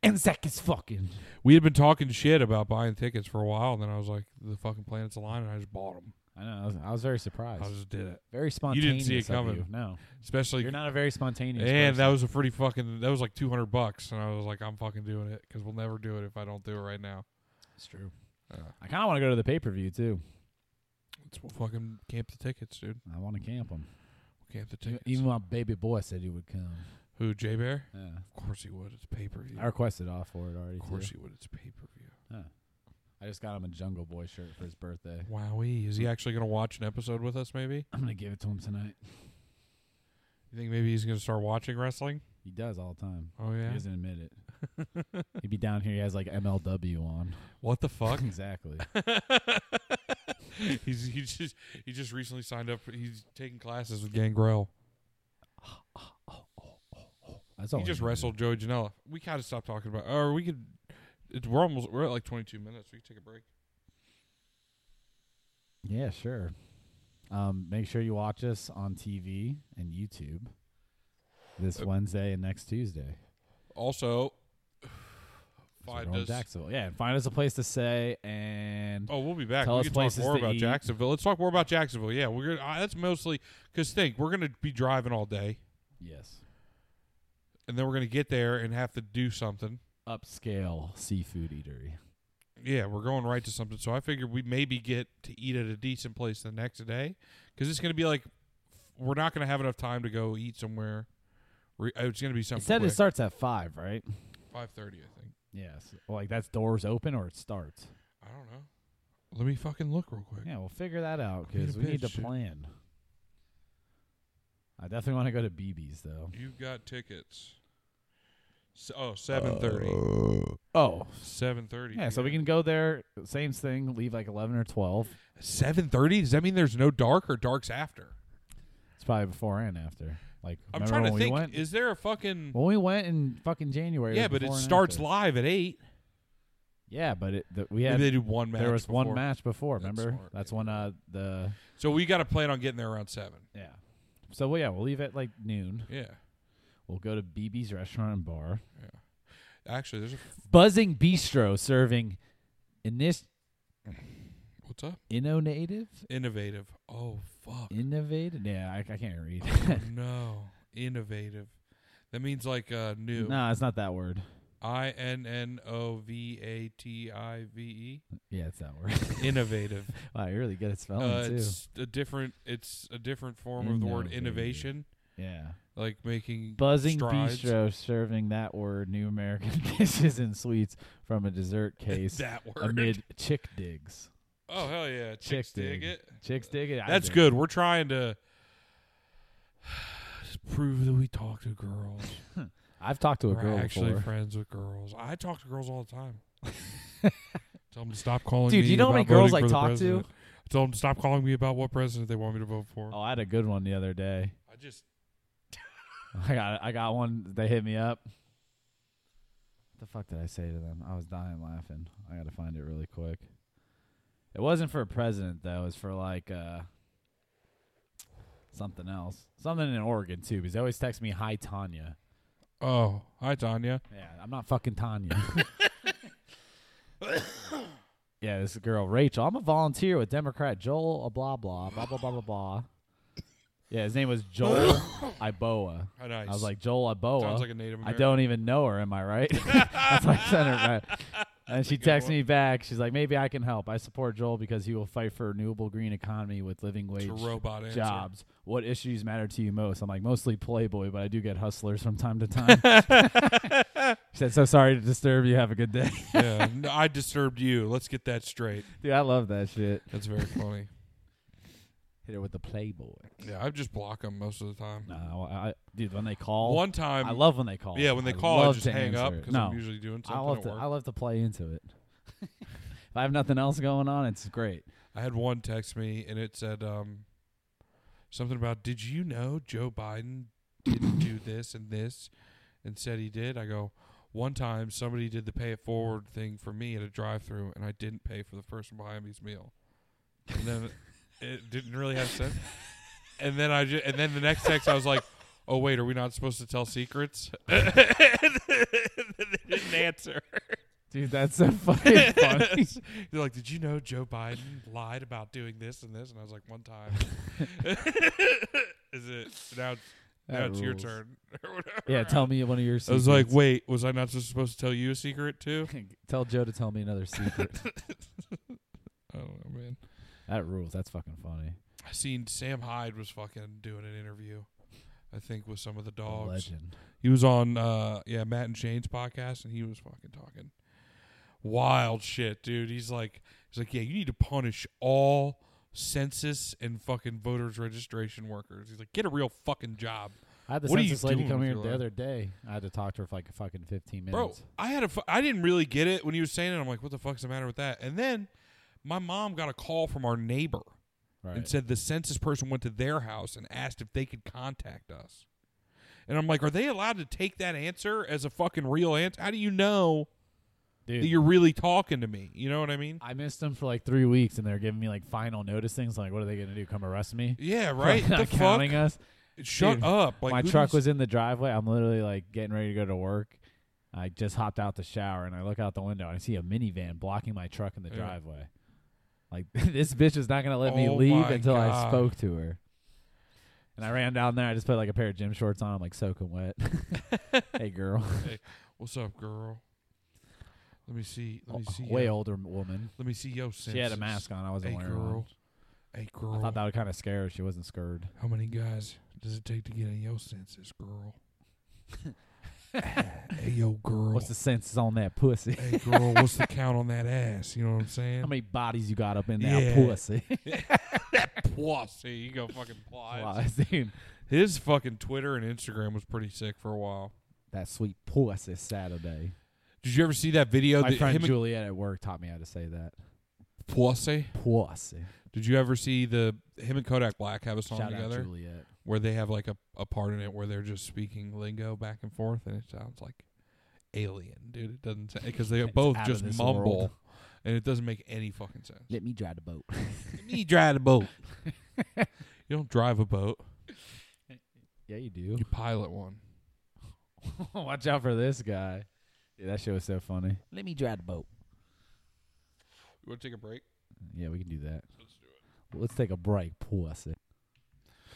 B: And Zach is fucking.
C: We had been talking shit about buying tickets for a while, and then I was like, "The fucking planets aligned," and I just bought them.
B: I know. I was, I was very surprised.
C: I just did it,
B: very
C: You
B: spontaneous.
C: didn't see
B: of
C: it coming.
B: you. No,
C: especially.
B: you're not a very spontaneous.
C: and that
B: person.
C: was a pretty fucking. That was like two hundred bucks, and I was like, "I'm fucking doing it because we'll never do it if I don't do it right now."
B: It's true.
C: Uh,
B: I kind of want to go to the pay per view too.
C: let's we'll fucking camp the tickets, dude.
B: I want to camp him.
C: We'll camp the tickets.
B: Even my baby boy said he would come.
C: Who? J Bear?
B: Yeah.
C: Of course he would. It's pay per view.
B: I requested off for it already.
C: Of
B: too.
C: course he would. It's pay per view.
B: I just got him a Jungle Boy shirt for his birthday.
C: Wowie, is he actually gonna watch an episode with us? Maybe.
B: I'm gonna give it to him tonight.
C: You think maybe he's gonna start watching wrestling?
B: He does all the time.
C: Oh yeah.
B: He doesn't admit it. He'd be down here. He has like MLW on.
C: What the
B: [laughs]
C: fuck? [laughs]
B: exactly.
C: he's he just he just recently signed up. He's taking classes with Gangrel.
B: That's all.
C: he
B: I
C: just
B: need.
C: wrestled Joey Janela. We kind of stopped talking about, or we could. It's, we're almost we're at like 22 minutes. We can take a break.
B: Yeah, sure. Um, make sure you watch us on TV and YouTube this
C: Uh,
B: Wednesday and next Tuesday.
C: Also, [sighs]
B: 'cause we're
C: find
B: going to
C: us.
B: Jacksonville. Yeah, and find us a place to stay and
C: Oh, we'll be back.
B: Tell
C: we
B: us
C: can talk
B: places to
C: more about
B: eat.
C: Jacksonville. Let's talk more about Jacksonville. Yeah, we're gonna, uh, that's mostly because think we're gonna be driving all day,
B: yes,
C: and then we're gonna get there and have to do something.
B: upscale seafood eatery.
C: Yeah, we're going right to something. So I figured we maybe get to eat at a decent place the next day because it's gonna be like we're not gonna have enough time to go eat somewhere. Re- uh, it's gonna be
B: It
C: something.
B: said it starts at five, right?
C: five thirty, I think.
B: Yes. Like that's doors open or it starts.
C: I don't know. Let me fucking look real quick.
B: Yeah, we'll figure that out
C: Beat a
B: because we need to
C: bitch, dude.
B: plan. I definitely want to go to BB's though.
C: You got tickets. S oh, seven thirty.
B: Oh,
C: Seven thirty.
B: yeah. So we can go there. Same thing. Leave like eleven or twelve.
C: Seven thirty? Does that mean there's no dark or darks after?
B: It's probably before and after. Like
C: I'm
B: remember
C: trying to
B: when
C: think.
B: We went?
C: Is there a fucking?
B: when we went in fucking January.
C: yeah,
B: was
C: but it
B: before and
C: starts
B: after.
C: live at eight.
B: Yeah, but it the, we
C: Maybe
B: had
C: they do one match.
B: there was one
C: before.
B: match before.
C: That's
B: Remember?
C: smart,
B: That's
C: yeah.
B: when uh
C: [laughs]
B: the
C: So we got to plan on getting there around seven.
B: yeah. So well, yeah, we'll leave at like noon.
C: Yeah.
B: We'll go to BB's restaurant and bar.
C: Actually, there's a.
B: Buzzing Bistro serving inis-
C: What's up?
B: innovative
C: Innovative. Oh fuck.
B: innovative. Yeah, I, I can't read. [laughs]
C: Oh, no. Innovative. That means like uh, new.
B: no, it's not that word.
C: I N N O V A T I V E.
B: Yeah, it's that word. [laughs]
C: [laughs] Innovative.
B: wow, you're really good at spelling
C: uh,
B: too.
C: it's a different. It's a different form of the word
B: Innovative.
C: innovation,
B: Yeah,
C: like making
B: buzzing
C: strides.
B: bistro serving that word new American [laughs] dishes and sweets from a dessert case
C: [laughs] [laughs] that word.
B: amid chick digs.
C: oh hell yeah,
B: Chick
C: chicks
B: dig.
C: dig it.
B: Chicks dig it. I
C: That's
B: dig
C: good. We're trying to [sighs] prove that we talk to girls.
B: it. I've talked to a
C: We're
B: girl
C: actually
B: before. [laughs]
C: friends with girls. I talk to girls all the time. Tell them to stop calling
D: Dude,
C: me.
D: you know how many
C: about
D: girls
C: voting for
D: I
C: the
D: talk to?
C: president. I told them to stop calling me about what president they want me to vote for.
B: Oh, I had a good one the other day. [laughs]
C: I just
B: I got I got one. They hit me up. What the fuck did I say to them? I was dying laughing. I got to find it really quick. It wasn't for a president though. It was for like uh something else. Something in Oregon too. Because they always text me, "Hi Tanya."
C: Oh, hi Tanya.
B: Yeah, I'm not fucking Tanya. [laughs] yeah, this girl Rachel. I'm a volunteer with Democrat Joel. uh, Blah blah blah blah blah blah blah. Yeah, his name was
C: [laughs]
B: Joel Iboa.
C: How nice.
B: I was like Joel Iboa.
C: sounds like a Native
B: I
C: American.
B: don't even know her. Am I
C: [laughs]
B: right? [laughs] That's why I sent her back. And she
C: good
B: texts
C: one.
B: me back. She's like, maybe I can help. I support Joel because he will fight for a renewable green economy with living wage
C: It's a robot answer.
B: jobs. What issues matter to you most? I'm like, mostly Playboy, but I do get hustlers from time to time.
C: [laughs]
B: she said, so sorry to disturb you. Have a good day.
C: yeah, no, I disturbed you. Let's get that straight.
B: Dude, I love that shit.
C: That's very funny.
B: Hit her with the Playboy.
C: Yeah, I just block them most of the time.
B: No, I, I- dude, when they call,
C: One time,
B: I love when they call.
C: yeah, when they
B: I
C: call, I
B: love
C: just
B: to
C: hang up
B: answer it.
C: because
B: no,
C: I'm usually doing something
B: I love
C: at
B: to
C: work.
B: I love to play into
C: [laughs]
B: it. if I have nothing else going on, it's great.
C: I had one text me and it said um, something about did you know Joe Biden didn't do this and this and said he did. I go one time somebody did the pay it forward thing for me at a drive through and I didn't pay for the person behind me's meal. And then it didn't really have sense. And then I just, and then the next text I was like, oh wait, are we not supposed to tell secrets? [laughs] and they didn't answer.
B: Dude, that's
C: [laughs]
B: so fucking funny.
C: They're like, did you know Joe Biden lied about doing this and this? And I was like, one [laughs] time. Is it now? It's, now
B: That
C: it's your
B: rules.
C: turn. or whatever.
B: Yeah, tell me one of your secrets.
C: I was like, wait, was I not just supposed to tell you a secret too?
B: [laughs] tell Joe to tell me another secret.
C: [laughs] I don't know, man.
B: that rules. That's fucking funny.
C: I seen Sam Hyde was fucking doing an interview. I think with some of the
B: The
C: dogs.
B: Legend.
C: He was on uh yeah, Matt and Shane's podcast and he was fucking talking wild shit, dude. He's like he's like, Yeah, you need to punish all census and fucking voters registration workers. He's like, get a real fucking job.
B: I had the
C: What are you
B: census lady
C: doing
B: come
C: with
B: here
C: your
B: the
C: life?
B: other day. I had to talk to her for like a fucking fifteen
C: Bro,
B: minutes.
C: I had a fu- I didn't really get it when he was saying it. I'm like, what the fuck's the matter with that? And then my mom got a call from our neighbor
B: right.
C: and said the census person went to their house and asked if they could contact us. And I'm like, are they allowed to take that answer as a fucking real answer? How do you know
B: Dude,
C: that you're really talking to me. You know what I mean?
B: I missed them for like three weeks, and they're giving me like final notice things. Like, what are they gonna do? Come arrest me? [laughs]
C: Yeah,
B: for
C: right.
B: Not
C: the
B: counting
C: fuck?
B: us.
C: Shut
B: Dude,
C: up! Like
B: my
C: who
B: truck
C: do you-
B: was in the driveway. I'm literally like getting ready to go to work. I just hopped out the shower and I look out the window and I see a minivan blocking my truck in the
C: Yeah.
B: driveway. Like [laughs] this bitch is not gonna let me
C: Oh
B: leave
C: my
B: until I
C: God.
B: spoke to her. And I ran down there. I just put like a pair of gym shorts on. I'm like soaking wet. [laughs]
C: [laughs]
B: hey girl,
C: What's up, girl? Let me see. Let me see.
B: way
C: yo-
B: older woman.
C: Let me see yo census.
B: Oh, She had a mask on. I wasn't
C: Hey
B: wearing one.
C: girl. Hey girl.
B: I thought that would kind of scare her. She wasn't scared.
C: How many guys does it take to get a yo census,
B: [laughs]
C: girl? hey yo, girl.
B: What's the senses on that pussy? [laughs]
C: hey girl? What's the count on that ass? You know what I'm saying?
B: How many bodies you got up in that
C: Yeah.
B: pussy? [laughs]
C: Pussy, you go fucking plies.
B: Dude,
C: His fucking Twitter and Instagram was pretty sick for a while.
B: that sweet pussy Saturday.
C: Did you ever see that video?
B: My
C: that
B: friend
C: him and-
B: Juliet at work taught me how to say that.
C: Pussy.
B: Pussy.
C: Did you ever see the him and Kodak Black have a song
B: Shout out
C: together
B: Juliet.
C: where they have like a, a part in it where they're just speaking lingo back and forth and it sounds like alien, dude. It doesn't because they
B: [laughs] It's
C: both
B: out of
C: just
B: this
C: mumble
B: world.
C: and it doesn't make any fucking sense.
B: Let me drive the boat.
C: Me drive a boat. you don't drive a boat.
B: [laughs] yeah, you do. [laughs]
C: You pilot one.
B: Watch out for this guy. Dude, that shit was so funny.
D: Let me drive the boat.
C: You want to take a break?
B: Yeah, we can do that. Let's do it. Let's take a break. Pussy.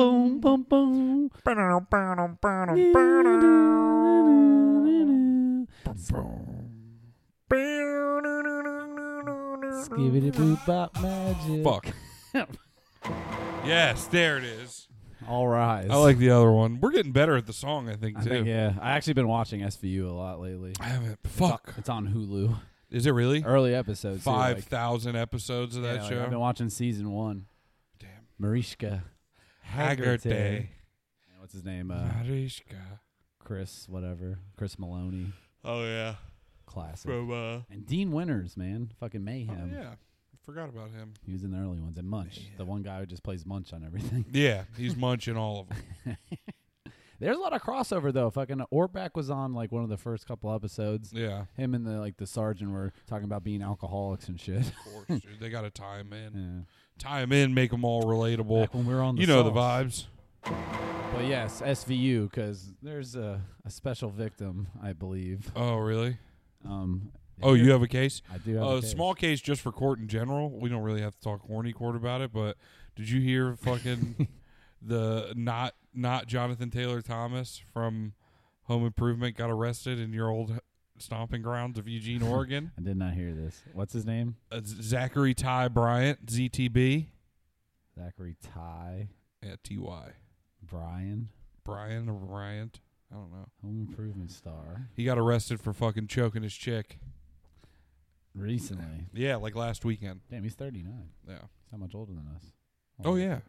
B: bum.
A: Bow, bow, bow, bow, now. Bow, bow, bow, bow,
B: Skibbity boop bop magic.
C: Fuck.
B: [laughs]
C: yes, there it is.
B: All rise.
C: I like the other one. We're getting better at the song, I think,
B: I
C: too.
B: think, yeah, I actually been watching SVU a lot lately.
C: I haven't. Fuck.
B: It's on Hulu.
C: Is it really?
B: Early episodes. too,
C: Five
B: like-
C: thousand episodes of
B: yeah,
C: that
B: like,
C: show.
B: I've been watching season one.
C: Damn.
B: Marishka.
C: Haggard
B: Haggerty.
C: Day.
B: And What's his name? Uh,
C: Mariska.
B: Chris, whatever. Chris Maloney.
C: Oh yeah.
B: Classic.
C: From uh. oh,
B: And Dean Winters, man. Fucking mayhem.
C: yeah. Forgot about him.
B: He was in the early ones. And Munch. The one guy who just plays Munch on everything. [laughs]
C: Yeah, he's munching all of them. [laughs]
B: There's a lot of crossover though. Fucking Orbeck was on like one of the first couple episodes.
C: Yeah.
B: Him and the like the sergeant were talking about being alcoholics and shit. [laughs]
C: Of course, dude. They got to tie him in.
B: yeah.
C: Tie him in. Make them all relatable.
B: Back when we were on the
C: you know the
B: sauce.
C: vibes.
B: But yes, SVU because there's a, a special victim, I believe.
C: Oh really?
B: Um,
C: Oh, you have a case.
B: I do have
C: Uh,
B: a case.
C: small case just for court in general. We don't really have to talk horny court about it, but did you
B: [laughs]
C: hear fucking the not not Jonathan Taylor Thomas from Home Improvement got arrested in your old stomping grounds
B: [laughs]
C: of Eugene, Oregon?
B: I did not hear this. What's his name?
C: uh, Zachary Ty Bryant, ZTB,
B: Zachary Ty
C: at TY
B: Brian,
C: Brian or Bryant. I don't know.
B: Home Improvement star.
C: He got arrested for fucking choking his chick.
B: Recently,
C: Yeah, like last weekend.
B: damn, he's 39.
C: Yeah.
B: He's not much older than us.
C: Oh yeah,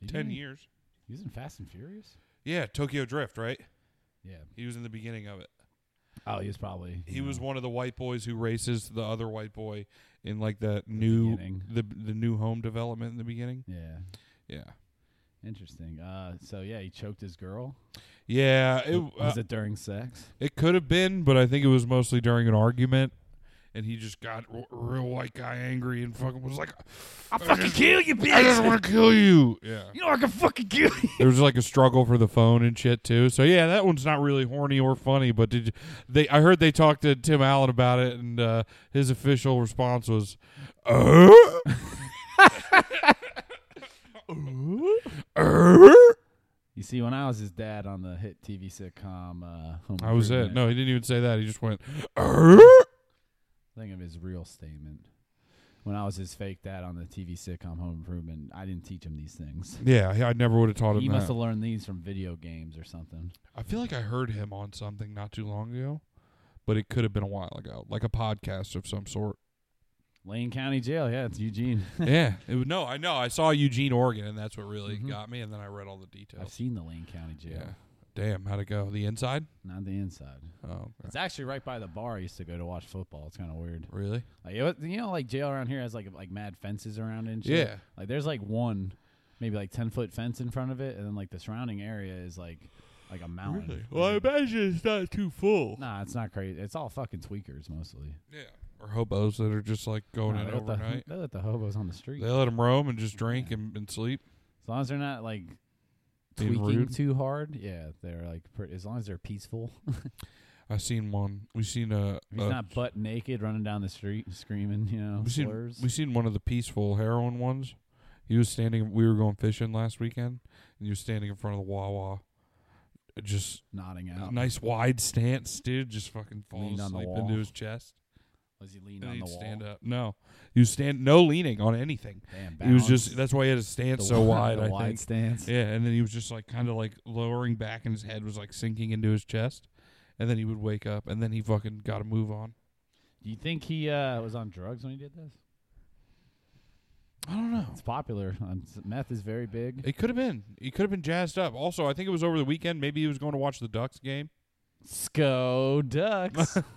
B: He's
C: ten
B: in-
C: years.
B: He's in Fast and Furious.
C: Yeah, Tokyo Drift, right?
B: Yeah.
C: He was in the beginning of it.
B: Oh, he was probably.
C: He
B: you
C: was
B: know,
C: one of the white boys who races the other white boy in like the new
B: beginning.
C: the the new home development in the beginning.
B: Yeah.
C: Yeah,
B: Interesting. Uh, so yeah, he choked his girl.
C: yeah. It uh,
B: was it during sex?
C: it could have been, but I think it was mostly during an argument, and he just got r- real white guy angry and fucking was like, "I fucking kill you, bitch! I just want to kill you." Yeah.
B: You know I can fucking kill you.
C: There was like a struggle for the phone and shit too. So yeah, that one's not really horny or funny. But did you, they? I heard they talked to Tim Allen about it, and uh, his official response was,
B: [laughs]
C: "Uh." Uh?
B: You see, when I was his dad on the hit TV sitcom, uh, Home
C: I was it.
B: Improvement,
C: No, he didn't even say that. He just went, "Uh?"
B: Think of his real statement. When I was his fake dad on the TV sitcom Home Improvement, I didn't teach him these things.
C: Yeah, I- I never would have taught him
B: He
C: that.
B: must have learned these from video games or something.
C: I feel like I heard him on something not too long ago, but it could have been a while ago, like a podcast of some sort.
B: Lane County Jail, yeah, it's
C: [laughs]
B: Eugene. [laughs]
C: yeah. It was, no, I know. I saw Eugene, Oregon, and that's what really
B: Mhm.
C: got me. And then I read all the
B: I've
C: details.
B: seen the Lane County Jail,
C: Yeah. Damn, how'd it go? The inside?
B: not the inside.
C: Oh, okay.
B: It's actually right by the bar I used to go to watch football. It's kind of weird.
C: really?
B: Like it was, you know, like jail around here has like like mad fences around it and shit.
C: Yeah.
B: Like there's like one, maybe like ten foot fence in front of it, and then like the surrounding area is like like a mountain. Like,
C: imagine it's not too full.
B: Nah, it's not crazy. It's all fucking tweakers mostly.
C: Yeah. Or hobos that are just like going
B: Nah,
C: in
B: they, let the,
C: overnight.
B: [laughs] they let the hobos on the street.
C: They let them roam and just drink and, and sleep.
B: As long as they're not like
C: Being
B: tweaking
C: rude.
B: too hard, yeah, they're like pretty, as long as they're peaceful.
C: I seen one. We seen a.
B: If he's
C: a-
B: not butt naked running down the street and screaming, you know,
C: Oh. we seen,
B: slurs.
C: we seen one of the peaceful heroin ones. He was standing. We were going fishing last weekend, and he was standing in front of the Wawa. Just
B: nodding out.
C: nice wide stance, dude. Just fucking falling
B: Leaned on the
C: asleep
B: wall.
C: into his chest.
B: Was he
C: And
B: leaning
C: then
B: on
C: he'd
B: the wall?
C: stand up. No, you stand. No leaning on anything.
B: Damn,
C: He was
B: balance.
C: just. That's why he had his stance
B: The
C: so
B: wi-
C: wide.
B: the
C: I
B: wide
C: think.
B: stance.
C: Yeah, and then he was just like kind of like lowering back, and his head was like sinking into his chest. And then he would wake up, and then he fucking got to move on.
B: Do you think he uh, was on drugs when he did this?
C: I don't know.
B: It's popular. Um, s- meth is very big.
C: It could have been. He could have been jazzed up. Also, I think it was over the weekend. Maybe he was going to watch the Ducks game.
B: Sco Ducks. [laughs]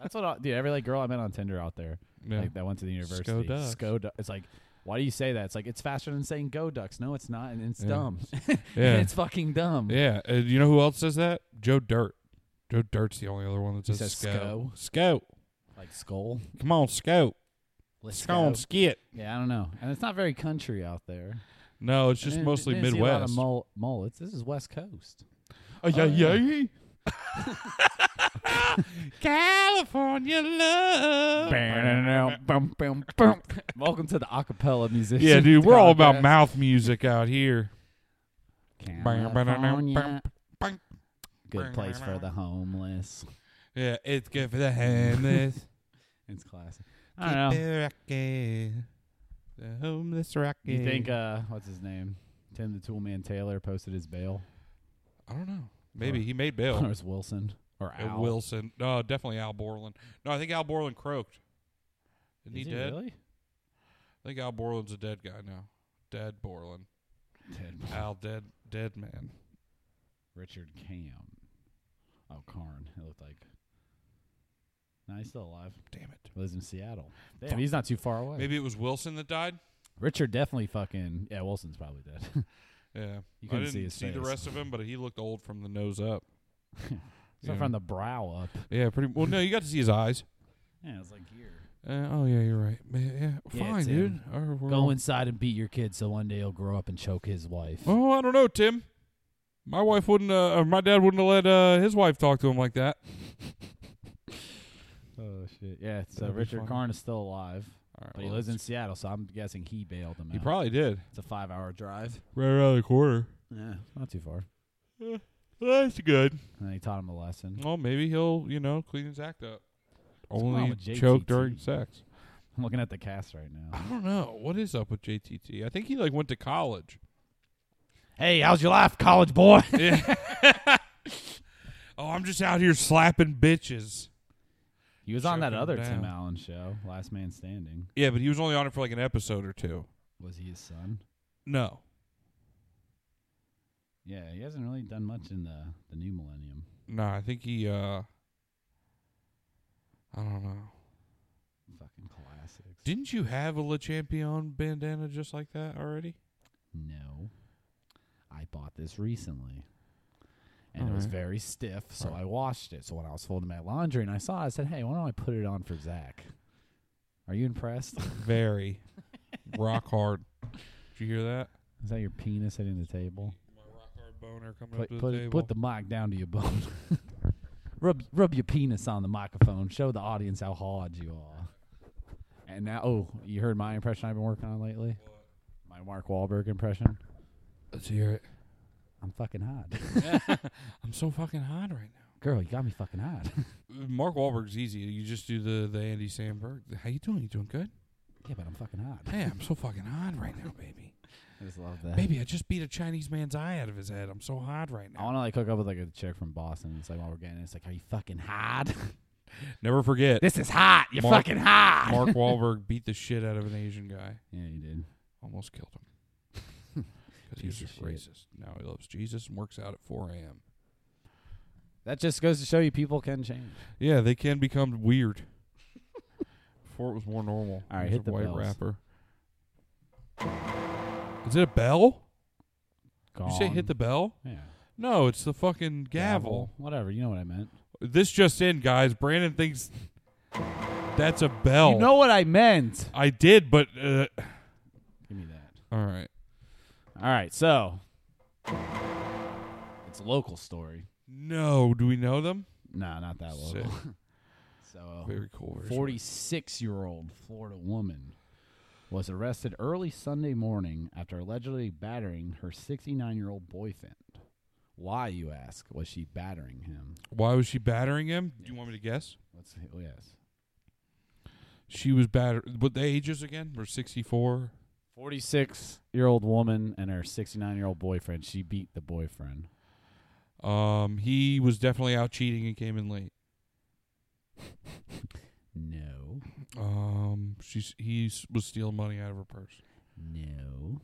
B: That's what I, dude. Every like girl I met on Tinder out there,
C: Yeah.
B: like that went to the university.
C: Ducks.
B: Sco Du- It's like, why do you say that? It's like it's faster than saying Go Ducks. No, it's not, and it's
C: Yeah.
B: dumb. [laughs]
C: yeah.
B: it's fucking dumb.
C: yeah. Uh, you know who else says that? Joe Dirt. Joe Dirt's the only other one that
B: He
C: says,
B: says
C: scout. Scout.
B: Like skull.
C: Come on, scout.
B: Let's
C: Come on,
B: go.
C: skit.
B: Yeah, I don't know, and it's not very country out there.
C: No, it's just
B: I didn't-
C: mostly
B: didn't see a lot of
C: Midwest. Oh,
B: mul- mullets. This is West Coast.
C: yeah,
B: yeah.
C: [laughs] California love.
B: Welcome to the acapella musician.
C: Yeah, dude, we're all about mouth music out here.
B: California.
C: bang.
B: Good place for the homeless.
C: Yeah, it's good for the homeless.
B: It's classic. [laughs] I don't know.
C: The homeless rocket.
B: Do you think uh, what's his name? Tim the Toolman Taylor posted his bail,
C: I don't know. Maybe
B: Or-
C: he made
B: [laughs] or
C: bail.
B: is Wilson or
C: Uh,
B: Al?
C: Wilson. No, definitely Al Borland. No, I think Al Borland croaked. Isn't
B: Is
C: he dead?
B: Really?
C: I think Al Borland's a dead guy now. Dead Borland.
B: Dead.
C: Al dead dead man.
B: Richard Cam. Oh, Karn. It looked like. No, he's still alive.
C: Damn it.
B: Lives in Seattle. Damn,
C: Fuck.
B: he's not too far away.
C: Maybe it was Wilson that died.
B: Richard definitely fucking. Yeah, Wilson's probably dead.
C: Yeah.
B: You
C: I
B: couldn't
C: didn't
B: see his
C: the
B: face.
C: rest of him, but he looked old from the nose
B: [laughs]
C: up.
B: so
C: Yeah.
B: from the brow up.
C: Yeah, pretty well. No, you got to see his eyes.
B: Yeah, it's like here.
C: Uh, oh yeah, you're right. Man, yeah,
B: Yeah,
C: fine,
B: Tim.
C: dude. All right, we're
B: Go
C: all-
B: inside and beat your kid so one day he'll grow up and choke his wife.
C: Oh, I don't know, Tim. My wife wouldn't. Uh, or my dad wouldn't have let uh, his wife talk to him like that.
B: Oh, shit. Yeah, so
C: That'd be
B: Richard
C: funny.
B: Karn is still alive,
C: All right,
B: but he
C: well,
B: lives in
C: that's-
B: Seattle, so I'm guessing he bailed him
C: He
B: out.
C: probably did.
B: it's a five hour drive.
C: Right around the corner.
B: Yeah, not too far.
C: That's good.
B: And then he taught him a lesson. [laughs]
C: Well, maybe he'll you know clean his act up.
B: What's going on
C: Only
B: with JTT?
C: choke during sex.
B: I'm looking at the cast right now.
C: I don't know what is up with JTT. I think he like went to [laughs] college.
B: Hey, how's your life, college boy?
C: Yeah. oh, I'm just out here slapping bitches.
B: [laughs] He was on that
C: Choking
B: other
C: him
B: Tim
C: down.
B: Allen show, Last Man Standing.
C: Yeah, but he was only on it for like an episode or two.
B: Was he his son?
C: No.
B: Yeah, he hasn't really done much in the, the new millennium.
C: No, I think he uh I don't know.
B: Fucking classics.
C: Didn't you have a Le Champion bandana just like that already?
B: no. I bought this recently. And it was
C: Alright.
B: very stiff, so
C: Alright.
B: I washed it. So when I was folding my laundry and I saw it, I said, hey, why don't I put it on for Zach? Are you
C: [laughs]
B: impressed?
C: Very rock hard. Did you hear that?
B: Is that your penis hitting the table?
C: My rock hard boner coming
B: Put
C: up to
B: put,
C: the
B: it-
C: table.
B: put the mic down to your bone. [laughs] rub rub your penis on the microphone. Show the audience how hard you are. And now, oh, you heard my impression I've been working on lately. My Mark Wahlberg impression.
C: Let's hear it.
B: I'm fucking hot, [laughs]
C: I'm so fucking hot right
B: girl. You got me fucking hot. [laughs]
C: now. Mark Wahlberg's easy. You just do the the Andy Samberg. How you doing? You doing good?
B: yeah, but I'm fucking hot.
C: Hey, I'm so fucking hot right now, [laughs] baby.
B: I just love that.
C: Baby, I just beat a Chinese man's eye out of his head. I'm so hot right
B: I
C: now.
B: want to like hook up with like a chick from Boston. It's like while we're getting, it, it's like, are you fucking hot? [laughs]
C: Never forget. [laughs]
B: this is hot. You're
C: Mark-
B: fucking hot.
C: Mark Wahlberg beat the shit out of an Asian guy.
B: Yeah, you did.
C: Almost killed [laughs] him. Because he's
B: Piece of
C: just racist. Now he loves Jesus and works out at 4 a.m.
B: That just goes to show you people can change.
C: Yeah, they can become [laughs] weird. Before it was more normal.
B: All right,
C: He
B: hit
C: was a
B: the
C: white
B: bells.
C: rapper. Is it a bell?
B: Gone.
C: You say hit the bell?
B: yeah.
C: No, it's the fucking gavel.
B: Whatever. You know what I meant.
C: This just in, guys. Brandon thinks that's a bell.
B: You know what I meant.
C: I did, but uh,
B: Give me that.
C: all right.
B: All right, so it's a local story.
C: No, do we know them?
B: Nah, not that local.
C: Sick.
B: So, uh,
C: Very cool.
B: a
C: Very
B: 46-year-old Florida woman was arrested early Sunday morning after allegedly battering her 69-year-old boyfriend. Why, you ask, was she battering him?
C: Why was she battering him? Do you want me to guess?
B: Let's oh, yes,
C: She was batter. What the ages again? Were sixty four.
B: 46-year-old woman and her 69-year-old boyfriend. She beat the boyfriend.
C: Um, he was definitely out cheating and came in late.
B: No,
C: Um, she's he s- was stealing money out of her purse.
B: No.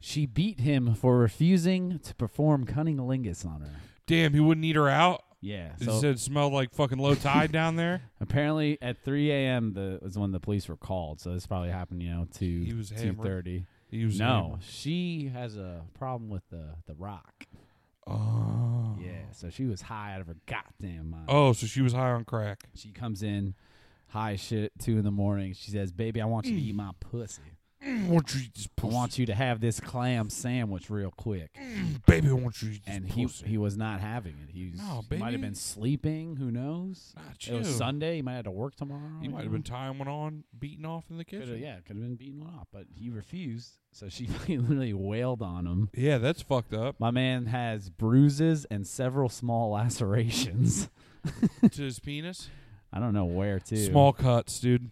B: She beat him for refusing to perform cunnilingus on her.
C: Damn, he wouldn't eat her out.
B: Yeah.
C: He
B: So
C: said it smelled like fucking low tide down there.
B: apparently at 3 a.m. the was when the police were called. So this probably happened, you know, to
C: He was
B: two
C: hammered.
B: thirty.
C: He was
B: No, she has a problem with the the rock.
C: hammered. Oh.
B: Yeah. So she was high out of her goddamn mind.
C: Oh, so she was high on crack.
B: She comes in, high as shit, two in the morning. She says, "Baby, I want you to eat my pussy.
C: Mm, won't you eat this
B: I
C: pussy?
B: want you to have this clam sandwich real quick."
C: baby, I want you to eat this
B: and he
C: pussy.
B: he was not having it. He was-
C: No,
B: he might have
C: baby.
B: been sleeping. Who knows?
C: Nah,
B: It was
C: chill.
B: Sunday. He might have to work tomorrow.
C: He
B: you
C: might have
B: know?
C: been tying one on, beating off in the kitchen.
B: Coulda- yeah, could have been beaten off, but he refused. So she [laughs] literally wailed on him.
C: yeah, that's fucked up.
B: My man has bruises and several small [laughs] lacerations.
C: [laughs] to his penis.
B: I don't know where to.
C: Small cuts, dude.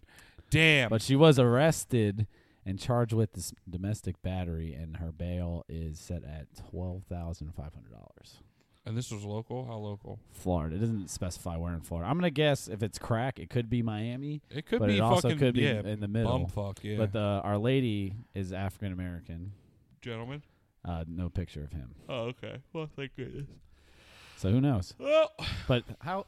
C: damn.
B: But she was arrested and charged with this domestic battery, and her bail is set at twelve thousand five hundred dollars.
C: and this was local. How local?
B: Florida. It doesn't specify where in Florida. I'm gonna guess if it's crack, it could be Miami,
C: It could
B: but
C: be
B: it also
C: fucking
B: could be
C: yeah,
B: in the middle.
C: bumfuck. Yeah,
B: But the, our lady is African American.
C: gentlemen.
B: Uh, no picture of him.
C: Oh, okay. Well, thank goodness.
B: So who knows?
C: Well,
B: But how,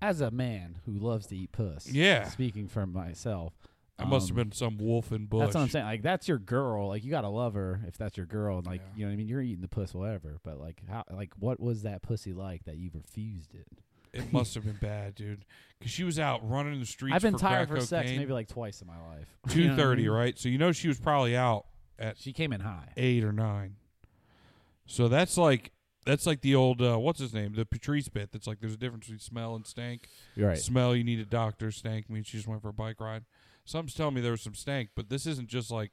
B: as a man who loves to eat puss,
C: Yeah.
B: Speaking for myself,
C: I must
B: um,
C: have been some wolf in bush.
B: That's what I'm saying. Like that's your girl. Like you gotta love her if that's your girl. And like
C: Yeah.
B: you know what I mean. You're eating the puss, whatever. But like how? Like what was that pussy like that you refused it?
C: It must have been bad, dude. Because she was out running in the streets.
B: I've been
C: for
B: tired
C: crack
B: for sex
C: cocaine.
B: maybe like twice in my life. You know
C: two
B: what I
C: thirty,
B: mean?
C: right? So you know she was probably out at
B: She came in high.
C: eight or nine. So that's like that's like the old uh, what's his name, the Patrice bit. That's like there's a difference between smell and stank.
B: You're right.
C: Smell, you need a doctor. Stank means she just went for a bike ride. Some's telling me there was some stank, but this isn't just like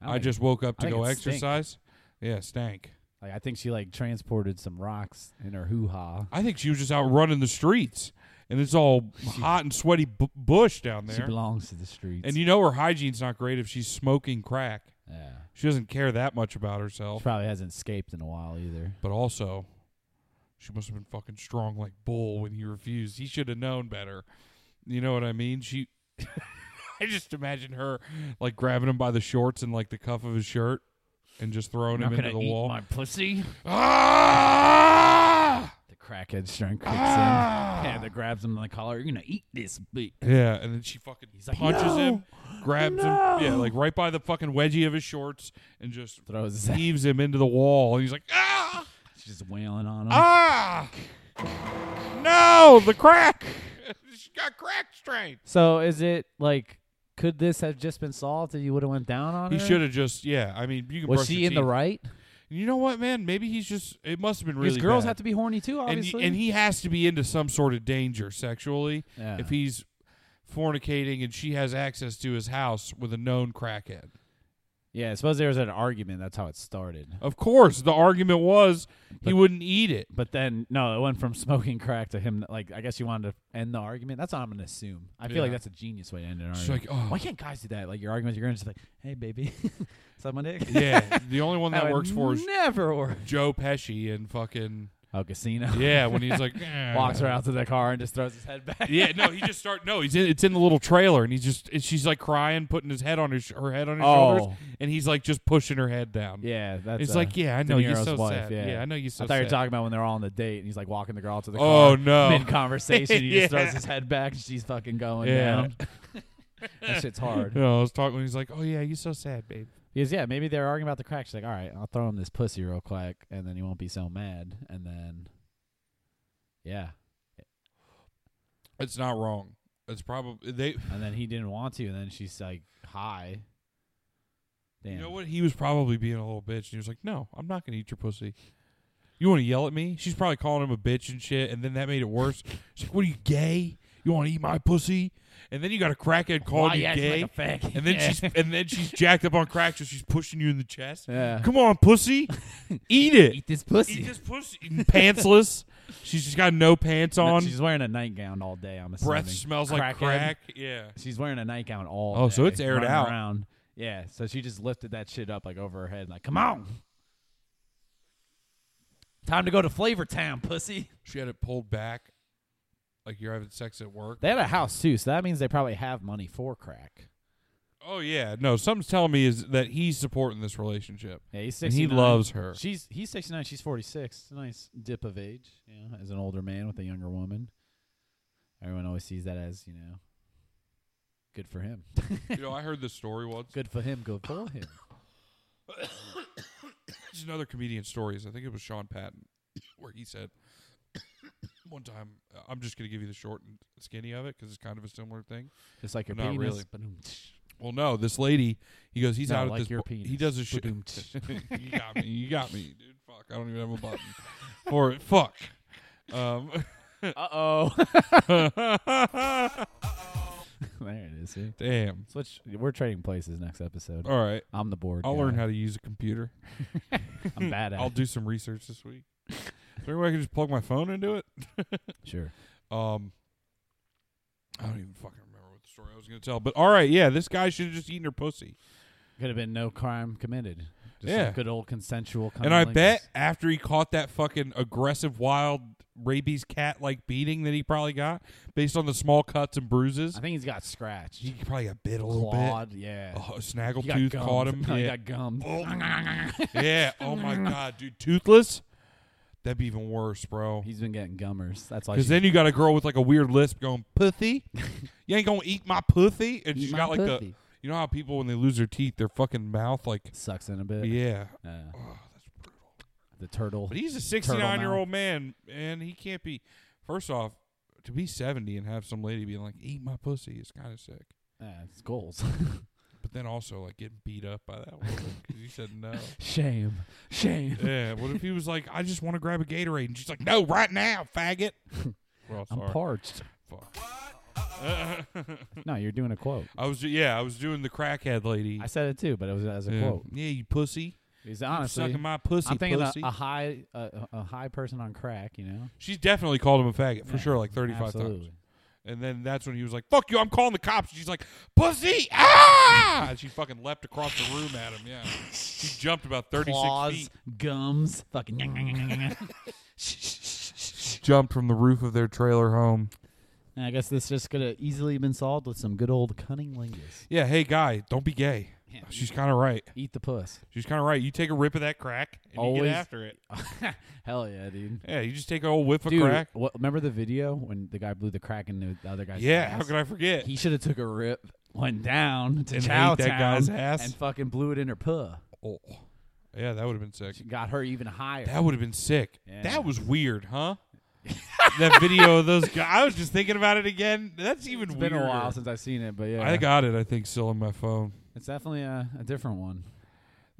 C: I,
B: think-
C: just woke up
B: I
C: to
B: think
C: go
B: it's stink.
C: exercise. Yeah, stank.
B: Like I think she like transported some rocks in her hoo ha.
C: I think she was just out running the streets, and it's
B: [laughs]
C: all hot and sweaty b- bush down
B: She
C: there.
B: belongs to the streets.
C: And you know her hygiene's not great if she's smoking crack.
B: yeah.
C: She doesn't care that much about
B: She
C: herself.
B: probably hasn't escaped in a while either.
C: But also, she must have been fucking strong like Bull when he refused. He should have known better. You know what I mean? She. [laughs] I just imagine her like grabbing him by the shorts and like the cuff of his shirt and just throwing him into the wall.
B: pussy.
C: ah!
B: The crackhead strength kicks
C: Ah!
B: in. Yeah, that grabs him in the collar. You're gonna eat this bitch.
C: Yeah, and then she fucking
B: like,
C: punches
B: "No!
C: him, grabs
B: No!"
C: him, yeah, like right by the fucking wedgie of his shorts and just
B: Throws his
C: heaves him into the wall. And he's like, ah!
B: She's just wailing on him.
C: Ah! No, the crack. [laughs] she got crack strain.
B: So is it like could this have just been solved if you would have went down on
C: He
B: her?
C: should have just yeah. I mean, you can
B: Was
C: brush
B: she
C: your
B: in the
C: teeth.
B: right?
C: You know what, man? Maybe he's just. It must have been
B: Because
C: really.
B: girls
C: bad.
B: have to be horny too,
C: And he,
B: obviously.
C: and he has to be into some sort of danger sexually
B: Yeah.
C: if he's fornicating and she has access to his house with a known crackhead.
B: yeah, I suppose there was an argument. That's how it started.
C: Of course, the argument was he
B: But-
C: wouldn't eat it.
B: But then no, it went from [laughs] smoking crack to him. Like I guess you wanted to end the argument. That's what I'm gonna assume. I feel
C: Yeah.
B: like that's a genius way to end an
C: She's
B: argument.
C: like, oh,
B: Why can't guys do that? Like your arguments, you're gonna just like, hey baby, [laughs] suck my dick. [laughs]
C: yeah. The only one that,
B: would
C: works for is
B: never work.
C: Joe Pesci and fucking
B: Oh, casino.
C: yeah. When he's
B: [laughs]
C: like "Eh."
B: Walks her out to the car and just throws his head back. [laughs]
C: Yeah, no, he just start. No, he's in, it's in the little trailer, and he's just and she's like crying, putting his head on his her head on his shoulders,
B: Oh,
C: and he's like just pushing her head down.
B: yeah. That's
C: it's
B: uh,
C: like yeah, I
B: De
C: know you're
B: Niro's
C: so
B: wife,
C: sad.
B: yeah.
C: I know you're so
B: I thought you were
C: sad.
B: talking about when they're all on the date and he's like walking the girl to the car.
C: Oh no,
B: Mid conversation, he just
C: Yeah.
B: throws his head back and she's fucking going
C: Yeah. [laughs]
B: down. that shit's hard.
C: [laughs] no, I was talking. He's like, oh yeah, you're so sad, babe.
B: Because yeah, maybe they're arguing about the crack. She's like, all right, I'll throw him this pussy real quick, and then he won't be so mad. And then, yeah,
C: It's not wrong. It's probably they.
B: and then he didn't want to, and then she's like, hi. Damn.
C: You know what? He was probably being a little bitch, and he was like, no, I'm not gonna eat your pussy. You want to yell at me? She's probably calling him a bitch and shit, and then that made it worse. She's like, what are you gay? You want to eat my pussy? And then you got a crackhead calling
B: Why
C: you
B: you acting
C: gay.
B: like a fag?
C: and then she's and then she's jacked up on crack, so she's pushing you in the chest.
B: yeah.
C: Come on, [laughs] pussy, Uh-huh. eat it,
B: Eat this pussy.
C: eat this pussy. Pantsless, she's just got no pants
B: And
C: on.
B: She's wearing a nightgown all day. I'm assuming.
C: Breath smells like
B: Crackhead.
C: crack. Yeah,
B: She's wearing a nightgown all.
C: Oh, so
B: day,
C: it's aired
B: running
C: out.
B: Around. Yeah, so she just lifted that shit up like over her head, like, "Come on, time to go to Flavor Town, pussy."
C: she had it pulled back, like you're having sex at work.
B: They had a house too, so that means they probably have money for crack.
C: Oh yeah, no. Something's telling me is that he's supporting this relationship,
B: Yeah, he's
C: and he
B: 69.
C: loves her. [laughs]
B: She's he's sixty nine. She's forty six. Nice dip of age, you know, as an older man with a younger woman. Everyone always sees that as you know, good for him.
C: you know, I heard this story once.
B: Good for him. Good for him.
C: It's another comedian stories. I think it was Sean Patton, [coughs] where he said [coughs] one time, uh, "I'm just going to give you the short and skinny of it because it's kind of a similar thing."
B: Just like your
C: Not
B: penis.
C: really.
B: Ba-doom.
C: [laughs] Well, no, this lady, he goes, he's
B: No,
C: out at
B: like
C: this.
B: your
C: bu- He
B: penis.
C: does
B: [laughs]
C: a shit.
B: Ba-doom.
C: [laughs] you got me. You got me, dude. Fuck, I don't even have a button [laughs] for it. Fuck. Um, [laughs]
B: Uh oh. [laughs] there it is. See?
C: damn.
B: Switch. We're trading places next episode.
C: All right,
B: I'm the board.
C: I'll
B: guy.
C: learn how to use a computer. [laughs]
B: I'm bad at.
C: I'll
B: it.
C: do some research this week. Is there any way I can just plug my phone into it?
B: Sure.
C: Um, I don't even fucking remember what the story I was going to tell. But all right, yeah, this guy should have just eaten her pussy.
B: Could have been no crime committed. Just
C: Yeah.
B: some good old consensual.
C: and I
B: cunnilingus.
C: bet after he caught that fucking aggressive, wild rabies cat like beating that he probably got based on the small cuts and bruises,
B: I think he's got scratched.
C: he probably got bit a little
B: clawed. Yeah.
C: bit. Oh, a
B: He got
C: snaggletooth
B: gummed. [laughs]
C: caught him.
B: No, he
C: yeah.
B: got gummed. [laughs]
C: yeah. Oh my god, dude, toothless. That'd be even worse, bro.
B: He's been getting gummers. That's why.
C: Because
B: She,
C: then you got a girl with like a weird lisp going pussy. you ain't gonna eat my pussy, and
B: Eat
C: she's
B: my
C: got like the.
B: pussy.
C: You know how people when they lose their teeth, their fucking mouth like
B: sucks in a bit.
C: yeah.
B: Uh,
C: Oh, that's brutal.
B: the turtle.
C: But he's a 69 year old man, and he can't be. First off, to be 70 and have some lady being like, "Eat my pussy" is kind of sick.
B: Yeah, it's goals. [laughs]
C: But then also like getting beat up by that woman 'cause you said
B: [laughs]
C: no.
B: Shame. Shame.
C: yeah. What if he was like, "I just want to grab a Gatorade," and she's like, "No, right now, faggot." Well,
B: [laughs] I'm
C: sorry.
B: parched.
C: Fuck.
B: No, you're doing a quote.
C: I was yeah, I was doing the crackhead lady.
B: I said it too, but it was as a
C: yeah.
B: quote.
C: Yeah, you pussy.
B: He's honestly.
C: Sucking my pussy,
B: I'm thinking a,
C: pussy.
B: a high a, a high person on crack, you know.
C: She's definitely called him a faggot for
B: Yeah,
C: sure, like 35 times.
B: Absolutely.
C: And then that's when he was like, "Fuck you! I'm calling the cops." She's like, "Pussy!" Ah! And she fucking leapt across the room at him. Yeah, she jumped about thirty six
B: Claws,
C: feet.
B: gums, fucking. Mm.
C: Jumped from the roof of their trailer home.
B: [laughs] And I guess this just could have easily been solved with some good old cunning lingus.
C: Yeah, hey guy, don't be gay.
B: Yeah.
C: She's kind of right.
B: Eat the puss. [laughs]
C: She's kind of right. You take a rip of that crack and you
B: Always-
C: get after it.
B: Hell yeah, dude.
C: Yeah, you just take a old whiff of
B: Dude,
C: crack.
B: What, remember the video when the guy blew the crack into the other guy's
C: Yeah,
B: ass?
C: how could I forget?
B: He should have took a rip, went down to
C: And ate
B: Chowtown,
C: that guy's ass?
B: and fucking blew it in her puh.
C: oh. Yeah, that would have been sick.
B: She got her even higher.
C: That would have been sick.
B: Yeah.
C: That was weird, huh?
B: [laughs]
C: that video of those guys. I was just thinking about it again. That's even
B: it's been a while
C: weirder.
B: since I've seen it, but yeah,
C: I got it. I think still on my phone.
B: it's definitely a, a different one.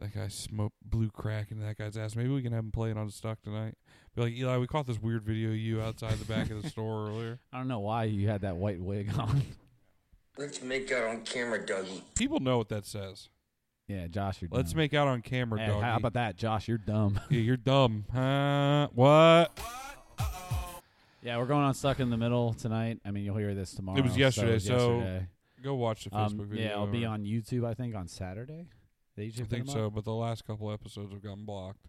C: That guy smoked blue crack into that guy's ass. Maybe we can have him play it on stock tonight. Be like, Eli, we caught this weird video of you outside the
B: [laughs]
C: back of the store earlier.
B: I don't know why you had that white wig [laughs] on.
D: Let's make out on camera, Dougie.
C: People know what that says.
B: yeah, Josh, you're.
C: Let's
B: dumb.
C: make out on camera,
B: Hey,
C: dog.
B: how about that, Josh? You're dumb.
C: yeah, you're dumb, huh? What?
B: [laughs] yeah, we're going on stuck in the middle tonight. I mean, you'll hear this tomorrow. so
C: yesterday, so
B: yesterday.
C: Go watch the Facebook
B: um,
C: video.
B: yeah, I'll be
C: or-
B: on YouTube. I think on Saturday. They
C: I
B: usually put
C: think
B: them
C: so,
B: up.
C: but the last couple episodes have gotten blocked.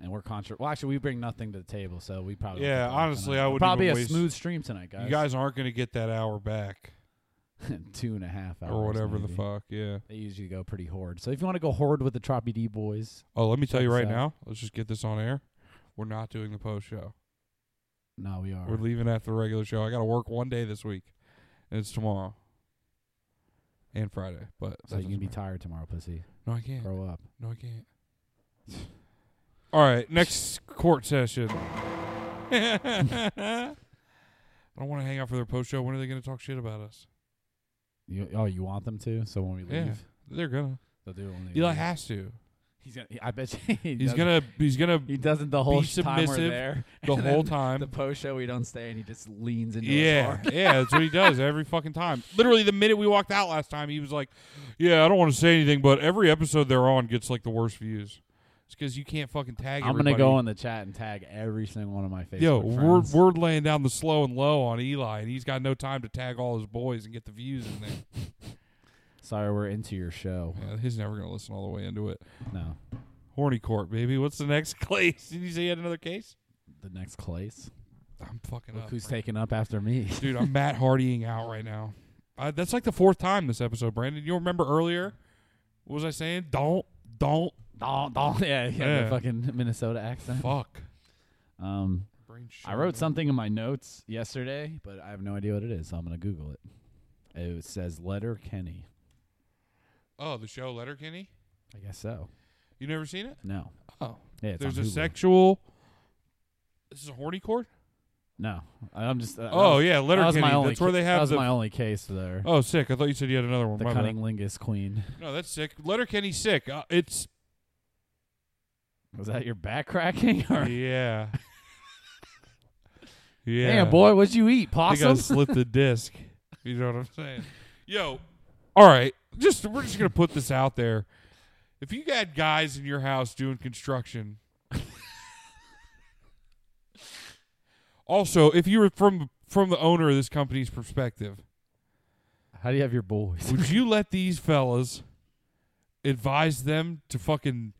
B: And we're contra. Well, actually, we bring nothing to the table, so we probably.
C: Yeah, honestly, I
B: would
C: wouldn't
B: probably
C: even
B: a
C: waste-
B: smooth stream tonight, guys.
C: You guys aren't going to get that hour back
B: [laughs] two and a half hours
C: or whatever the
B: maybe.
C: fuck. Yeah.
B: They usually go pretty horde. So if you want to go horde with the Troppy D boys,
C: Oh, let me tell
B: Check
C: you
B: this
C: right
B: out.
C: now. Let's just get this on air. We're not doing the post show.
B: no, we are.
C: We're leaving after the regular show. I got to work one day this week, and it's tomorrow and Friday. But
B: so
C: that
B: you can be
C: doesn't matter.
B: tired tomorrow,
C: [laughs]
B: pussy.
C: no, I can't.
B: Grow up.
C: No, I can't. All right, next court session. [laughs] I don't want to hang out for their post show. When are they going to talk shit about us?
B: You, oh, you want them to? So when we leave,
C: Yeah. They're gonna.
B: they'll do it. When they
C: Eli
B: leave.
C: has to.
B: He's gonna. I bet you [laughs] he
C: He's
B: doesn't-
C: gonna. He's gonna.
B: [laughs] He doesn't the whole
C: be
B: time we're
C: submissive
B: there.
C: The
B: And
C: whole
B: then The
C: time.
B: post show, we don't stay, and he just leans into us
C: Yeah,
B: hard.
C: yeah, that's what he does every fucking time. Literally, the minute we walked out last time, he was like, "Yeah, I don't want to say anything, but every episode they're on gets like the worst views. It's because you can't fucking tag."
B: I'm
C: everybody.
B: gonna go in the chat and tag every single one of my Facebook
C: Yo, we're
B: friends.
C: we're laying down the slow and low on Eli, and he's got no time to tag all his boys and get the views
B: [laughs]
C: in there.
B: Sorry, we're into your show.
C: yeah, he's never gonna listen all the way into it.
B: No,
C: Horny court, baby. What's the next [laughs] case? Did you say you had another case?
B: the next place.
C: I'm fucking
B: Look
C: up.
B: who's
C: Brandon.
B: taking up after me. [laughs]
C: Dude, I'm Matt Hardying out right now. I, that's like the fourth time this episode, Brandon. You remember earlier? What was I saying? Don't, don't,
B: Don, don. Yeah, yeah,
C: Yeah.
B: The fucking Minnesota accent.
C: fuck.
B: Um,
C: Brain
B: I
C: shut
B: wrote
C: down.
B: something in my notes yesterday, but I have no idea what it is, so I'm gonna Google it. It says Letter Kenny.
C: Oh, the show Letterkenny.
B: I guess so.
C: You never seen it?
B: No.
C: Oh,
B: Yeah, it's
C: there's a
B: on Hulu.
C: sexual. This is a horny court.
B: No, I'm just. Uh,
C: Oh
B: that
C: yeah,
B: was- that was
C: Letterkenny.
B: my only
C: That's where
B: ca-
C: they
B: That
C: have
B: was
C: the.
B: my only case there.
C: oh, sick! I thought you said you had another one.
B: the
C: My bad.
B: cunning lingus queen.
C: No, that's sick. Letterkenny's sick. Uh,
B: [laughs]
C: it's
B: Was that your back cracking? Or
C: yeah, yeah.
B: Damn, boy, what'd you eat?
C: I think I
B: Possum?
C: slipped the disc. You know what I'm saying? Yo, all right. Just we're just gonna put this out there. If you got guys in your house doing construction, also if you were from from the owner of this company's perspective,
B: [laughs] How do you have your boys?
C: Would you let these fellas advise them to fucking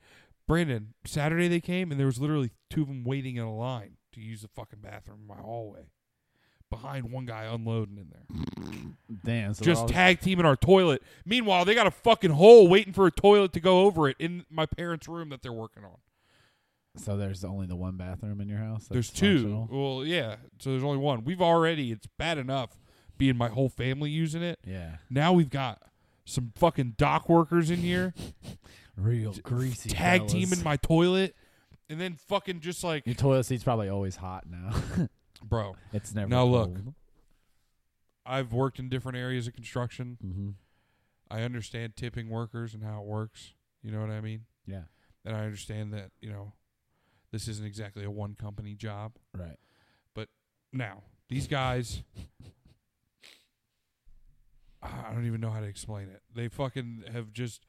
C: Brandon? Saturday they came and there was literally two of them waiting in a line to use the fucking bathroom in my hallway, behind one guy unloading in there,
B: [laughs] Damn. So
C: just
B: all-
C: tag teaming our toilet. Meanwhile, they got a fucking hole waiting for a toilet to go over it in my parents' room that they're working on.
B: so there's only the one bathroom in your house.
C: There's
B: that's
C: two.
B: functional?
C: Well, yeah. So there's only one. We've already. It's bad enough being my whole family using it.
B: Yeah.
C: Now we've got some fucking dock workers in here.
B: Real greasy.
C: tag
B: fellas.
C: team in my toilet, and then fucking just like,
B: Your toilet seat's probably always hot now.
C: [laughs]
B: [laughs]
C: bro,
B: it's never.
C: Now look.
B: cold.
C: I've worked in different areas of construction.
B: Mhm.
C: I understand tipping workers and how it works. You know what I mean?
B: Yeah.
C: And I understand that you know, this isn't exactly a one company job.
B: Right.
C: Now these guys, I don't even know how to explain it. They fucking have just.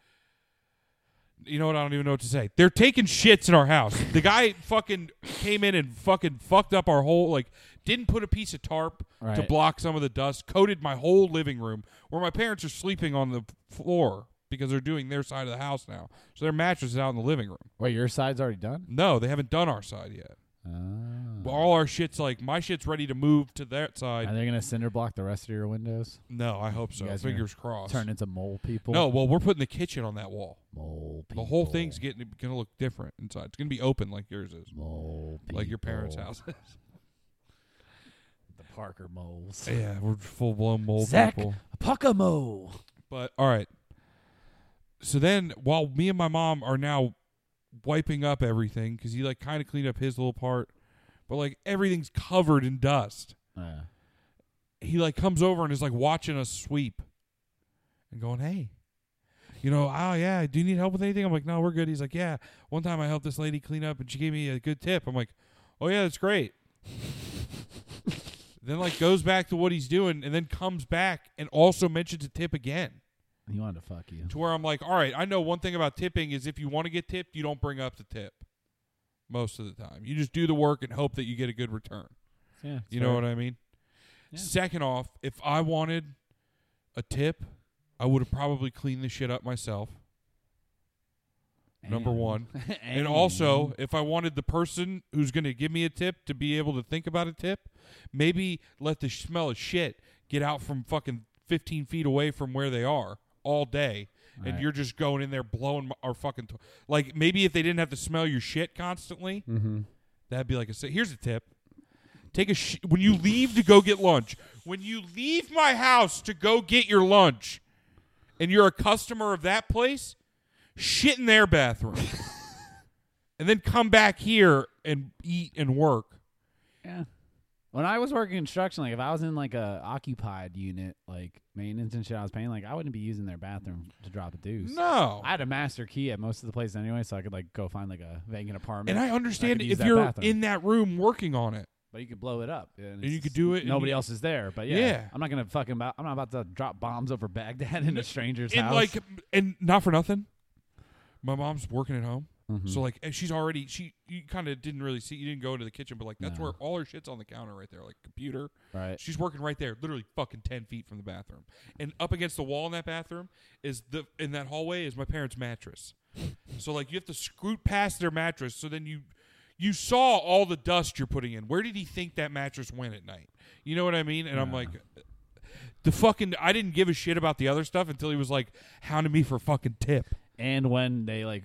C: You know what? I don't even know what to say. They're taking shits in our house. The guy fucking came in and fucking fucked up our whole like didn't put a piece of tarp to
B: Right.
C: block some of the dust, coated my whole living room where my parents are sleeping on the floor because they're doing their side of the house now. So their mattress is out in the living room.
B: Wait, your side's already done.
C: No, they haven't done our side yet.
B: Ah.
C: But all our shit's like my shit's ready to move to that side.
B: Are they gonna cinder block the rest of your windows?
C: No, I hope so.
B: guys are
C: Fingers crossed.
B: Turn into mole people.
C: no, well, we're putting the kitchen on that wall.
B: Mole
C: The
B: people.
C: whole thing's getting gonna look different inside. It's gonna be open like yours is,
B: mole. People.
C: like your parents' house. [laughs]
B: The Parker moles.
C: yeah, we're full blown mold
B: Zach.
C: people.
B: Pucka mole.
C: But all right. So then, while me and my mom are now wiping up everything, because he like kind of cleaned up his little part, but like everything's covered in dust.
B: Uh,
C: He like comes over and is like watching us sweep, and going, "Hey, you know, oh yeah, do you need help with anything?" I'm like, "No, we're good." He's like, "Yeah, one time I helped this lady clean up, and she gave me a good tip." I'm like, "Oh yeah, that's great." then like goes back to what he's doing, and then comes back and also mentions a tip again.
B: he wanted to fuck you.
C: to where I'm like, all right, I know one thing about tipping is if you want to get tipped, you don't bring up the tip most of the time. You just do the work and hope that you get a good return.
B: Yeah.
C: You know what I mean?
B: Yeah.
C: Second off, if I wanted a tip, I would have probably cleaned the shit up myself. number one. And also, if I wanted the person who's going to give me a tip to be able to think about a tip, maybe let the smell of shit get out from fucking 15 feet away from where they are all day. And
B: Right.
C: you're just going in there blowing my- our fucking. To- like, maybe if they didn't have to smell your shit constantly,
B: Mm-hmm.
C: that'd be like a. si- Here's a tip. Take a sh- when you leave to go get lunch. When you leave my house to go get your lunch, and you're a customer of that place, shit in their bathroom, and then come back here and eat and work.
B: Yeah. When I was working construction, like if I was in like a occupied unit, like maintenance and shit, I was paying like I wouldn't be using their bathroom to drop a deuce.
C: No,
B: I had a master key at most of the places anyway, so I could like go find like a vacant apartment.
C: and I understand
B: could use
C: if
B: that
C: you're
B: bathroom.
C: in that room working on it.
B: but you could blow it up,
C: you
B: it's-
C: could do it and
B: Nobody
C: you-
B: else is there, but yeah,
C: Yeah.
B: I'm not gonna fucking. About, I'm not about to drop bombs over Baghdad [laughs] in a stranger's
C: and
B: house.
C: like and not for nothing my mom's working at home
B: Mm-hmm.
C: so like and she's already she you kind of didn't really see you didn't go into the kitchen but like that's
B: No.
C: where all her shit's on the counter right there like computer
B: right?
C: she's working right there literally fucking 10 feet from the bathroom and up against the wall in that bathroom is the in that hallway is my parents mattress so like you have to scoot past their mattress so then you you saw all the dust you're putting in where did he think that mattress went at night you know what i mean and i'm like the fucking i didn't give a shit about the other stuff until he was like hounding me for fucking tip
B: And when they like,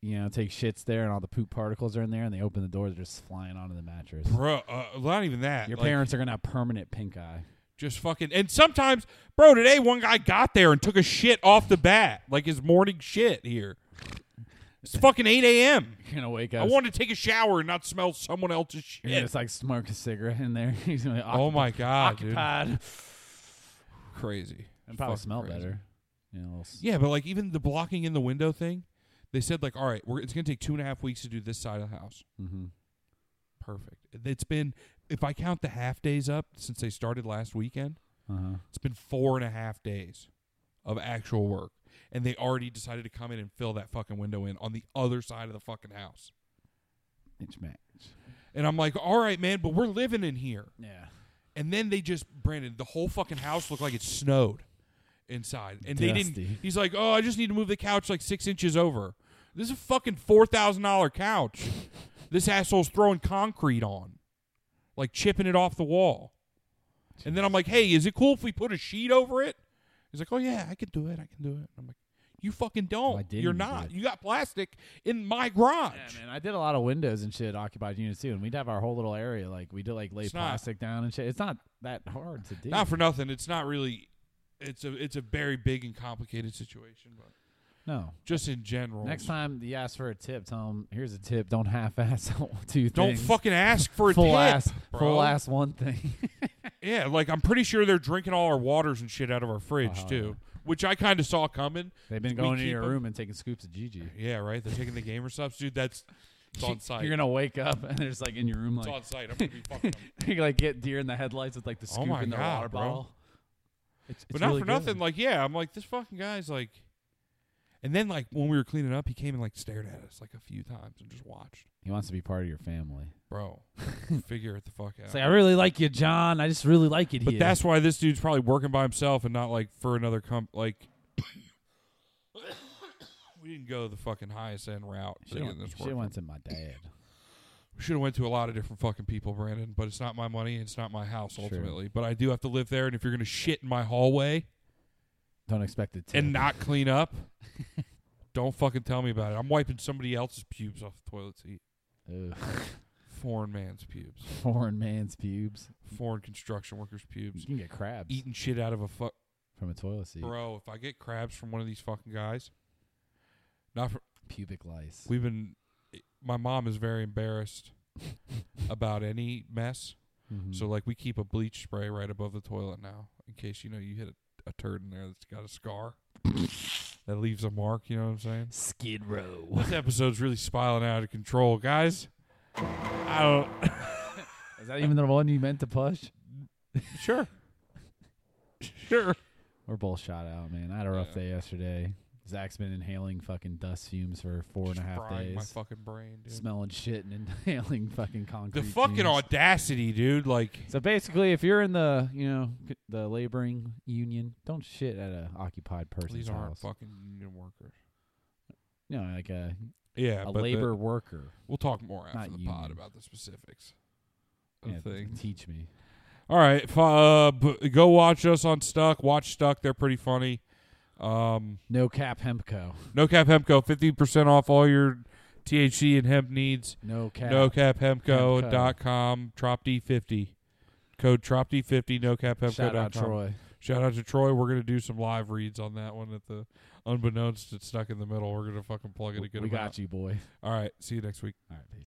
B: you know, take shits there and all the poop particles are in there, and they open the door, they're just flying onto the mattress.
C: bro uh, not even that
B: Your
C: Like,
B: parents are gonna have permanent pink eye. [laughs]
C: Just fucking and sometimes, bro. Today, one guy got there and took a shit off the bat, like his morning shit here. It's fucking eight a.m.
B: You're gonna wake
C: I
B: up.
C: wanted to take a shower and not smell someone else's
B: You're
C: shit.
B: just like smoke a cigarette in there. [laughs] He's gonna be
C: oh my god, dude,
B: occupied.
C: [laughs] crazy.
B: And probably
C: Fucking
B: smell
C: crazy.
B: better. You know, s-
C: Yeah, but like even the blocking in the window thing, they said like, all right, we're, it's gonna take two and a half weeks to do this side of the house.
B: mhm.
C: Perfect. It's been, if I count the half days up since they started last weekend,
B: Uh-huh.
C: It's been four and a half days of actual work, and they already decided to come in and fill that fucking window in on the other side of the fucking house.
B: It's match.
C: And I'm like, all right, man, but we're living in here.
B: Yeah.
C: And then they just, Brandon, the whole fucking house looked like it snowed. inside, and they didn't.
B: Dusty.
C: He's like, "Oh, I just need to move the couch like six inches over." This is a fucking four thousand dollar couch. this asshole's throwing concrete on, like chipping it off the wall. And then I'm like, "Hey, is it cool if we put a sheet over it?" He's like, "Oh yeah, I can do it. I can do it." I'm like, "You fucking don't.
B: Why didn't
C: You're
B: you do
C: not.
B: it?"
C: You got plastic in my garage."
B: Yeah, man. I did a lot of windows and shit at occupied units too, and we'd have our whole little area like we did like lay
C: It's not-
B: plastic down and shit. It's not that hard to do.
C: Not for nothing. It's not really. It's a it's a very big and complicated situation, but
B: no.
C: just in general.
B: Next time you ask for a tip, tell them here's a tip. Don't half-ass [laughs] two
C: don't
B: things.
C: fucking ask for
B: [laughs]
C: a
B: full
C: tip,
B: ass,
C: bro.
B: full ass one thing. [laughs]
C: Yeah, like I'm pretty sure they're drinking all our waters and shit out of our fridge
B: Uh-huh.
C: too, which I kind of saw coming.
B: They've been
C: We
B: going into
C: keep
B: your
C: 'em-
B: room and taking scoops of Gigi.
C: Yeah, right. They're taking the gamer subs, dude. That's it's on
B: [laughs]
C: site.
B: You're gonna wake up and there's like in your room
C: it's on
B: like
C: site. I'm gonna be
B: [laughs]
C: fucking. Them.
B: you like get deer in the headlights with like the
C: Oh
B: scoop
C: my
B: in the
C: God,
B: water
C: bro.
B: bottle. It's, it's
C: but not
B: really
C: for
B: good.
C: nothing. Like, yeah, I'm like this fucking guy's like. And then like when we were cleaning up, he came and like stared at us like a few times and just watched,
B: he wants to be part of your family. [laughs]
C: bro. figure it the fuck out.
B: It's like I really like you, John. I just really like it
C: But
B: here.
C: that's why this dude's probably working by himself and not like for another comp. Like, [coughs] we didn't go the fucking highest end route.
B: She went, she went to my dad.
C: Should have went to a lot of different fucking people, Brandon. But it's not my money. It's not my house
B: True.
C: ultimately. But I do have to live there. And if you're gonna shit in my
B: [laughs]
C: hallway
B: Don't expect it to.
C: and not
B: [laughs]
C: clean up, don't fucking tell me about it. I'm wiping somebody else's pubes off the toilet seat.
B: Ugh. [laughs]
C: Foreign man's pubes.
B: foreign man's pubes.
C: Foreign construction workers'
B: You
C: pubes.
B: can get crabs
C: Eating shit out of a fuck.
B: from a toilet seat.
C: Bro, if I get crabs from one of these fucking guys, not for,
B: Pubic lice.
C: we've been. My mom is
B: [laughs]
C: very embarrassed about any mess,
B: Mhm.
C: so like we keep a bleach spray right above the toilet now, in case you know you hit a, a turd in there that's got
B: [laughs]
C: a scar that leaves a mark. You know what I'm saying?
B: Skid Row.
C: This episode's really spiraling out of control, guys. I don't.
B: Is that even the one you meant to push?
C: Sure. sure.
B: We're both shot out, man. I had a rough
C: Yeah.
B: day yesterday. Zach's been inhaling fucking dust fumes for four and a
C: Just
B: half
C: frying My
B: days,
C: fucking brain, dude.
B: smelling shit and [laughs] inhaling fucking concrete.
C: The fucking
B: fumes.
C: audacity, dude. Like.
B: So basically, if you're in the you know c- the laboring union, don't shit at a occupied person's
C: These aren't
B: house.
C: fucking union workers.
B: You know, like a
C: Yeah,
B: a
C: but the-
B: labor worker.
C: We'll talk more after
B: Not
C: the
B: union.
C: pod about the specifics. of
B: Yeah,
C: things.
B: teach me.
C: All right, f- uh, b- go watch us on Stuck. Watch Stuck; they're pretty funny. Um,
B: No cap hempco.
C: no cap Hempco, fifteen percent off all your THC and hemp needs.
B: No cap.
C: No cap
B: Hempco.
C: dot com. Trop D fifty code Trop D fifty. No cap
B: Shout out Troy.
C: Shout out to Troy. We're gonna do some live reads on that one at the unbeknownst. It's stuck in the middle. We're gonna fucking plug it a good
B: we
C: amount.
B: got you, boy.
C: All right, see you next week.
B: All right, peace.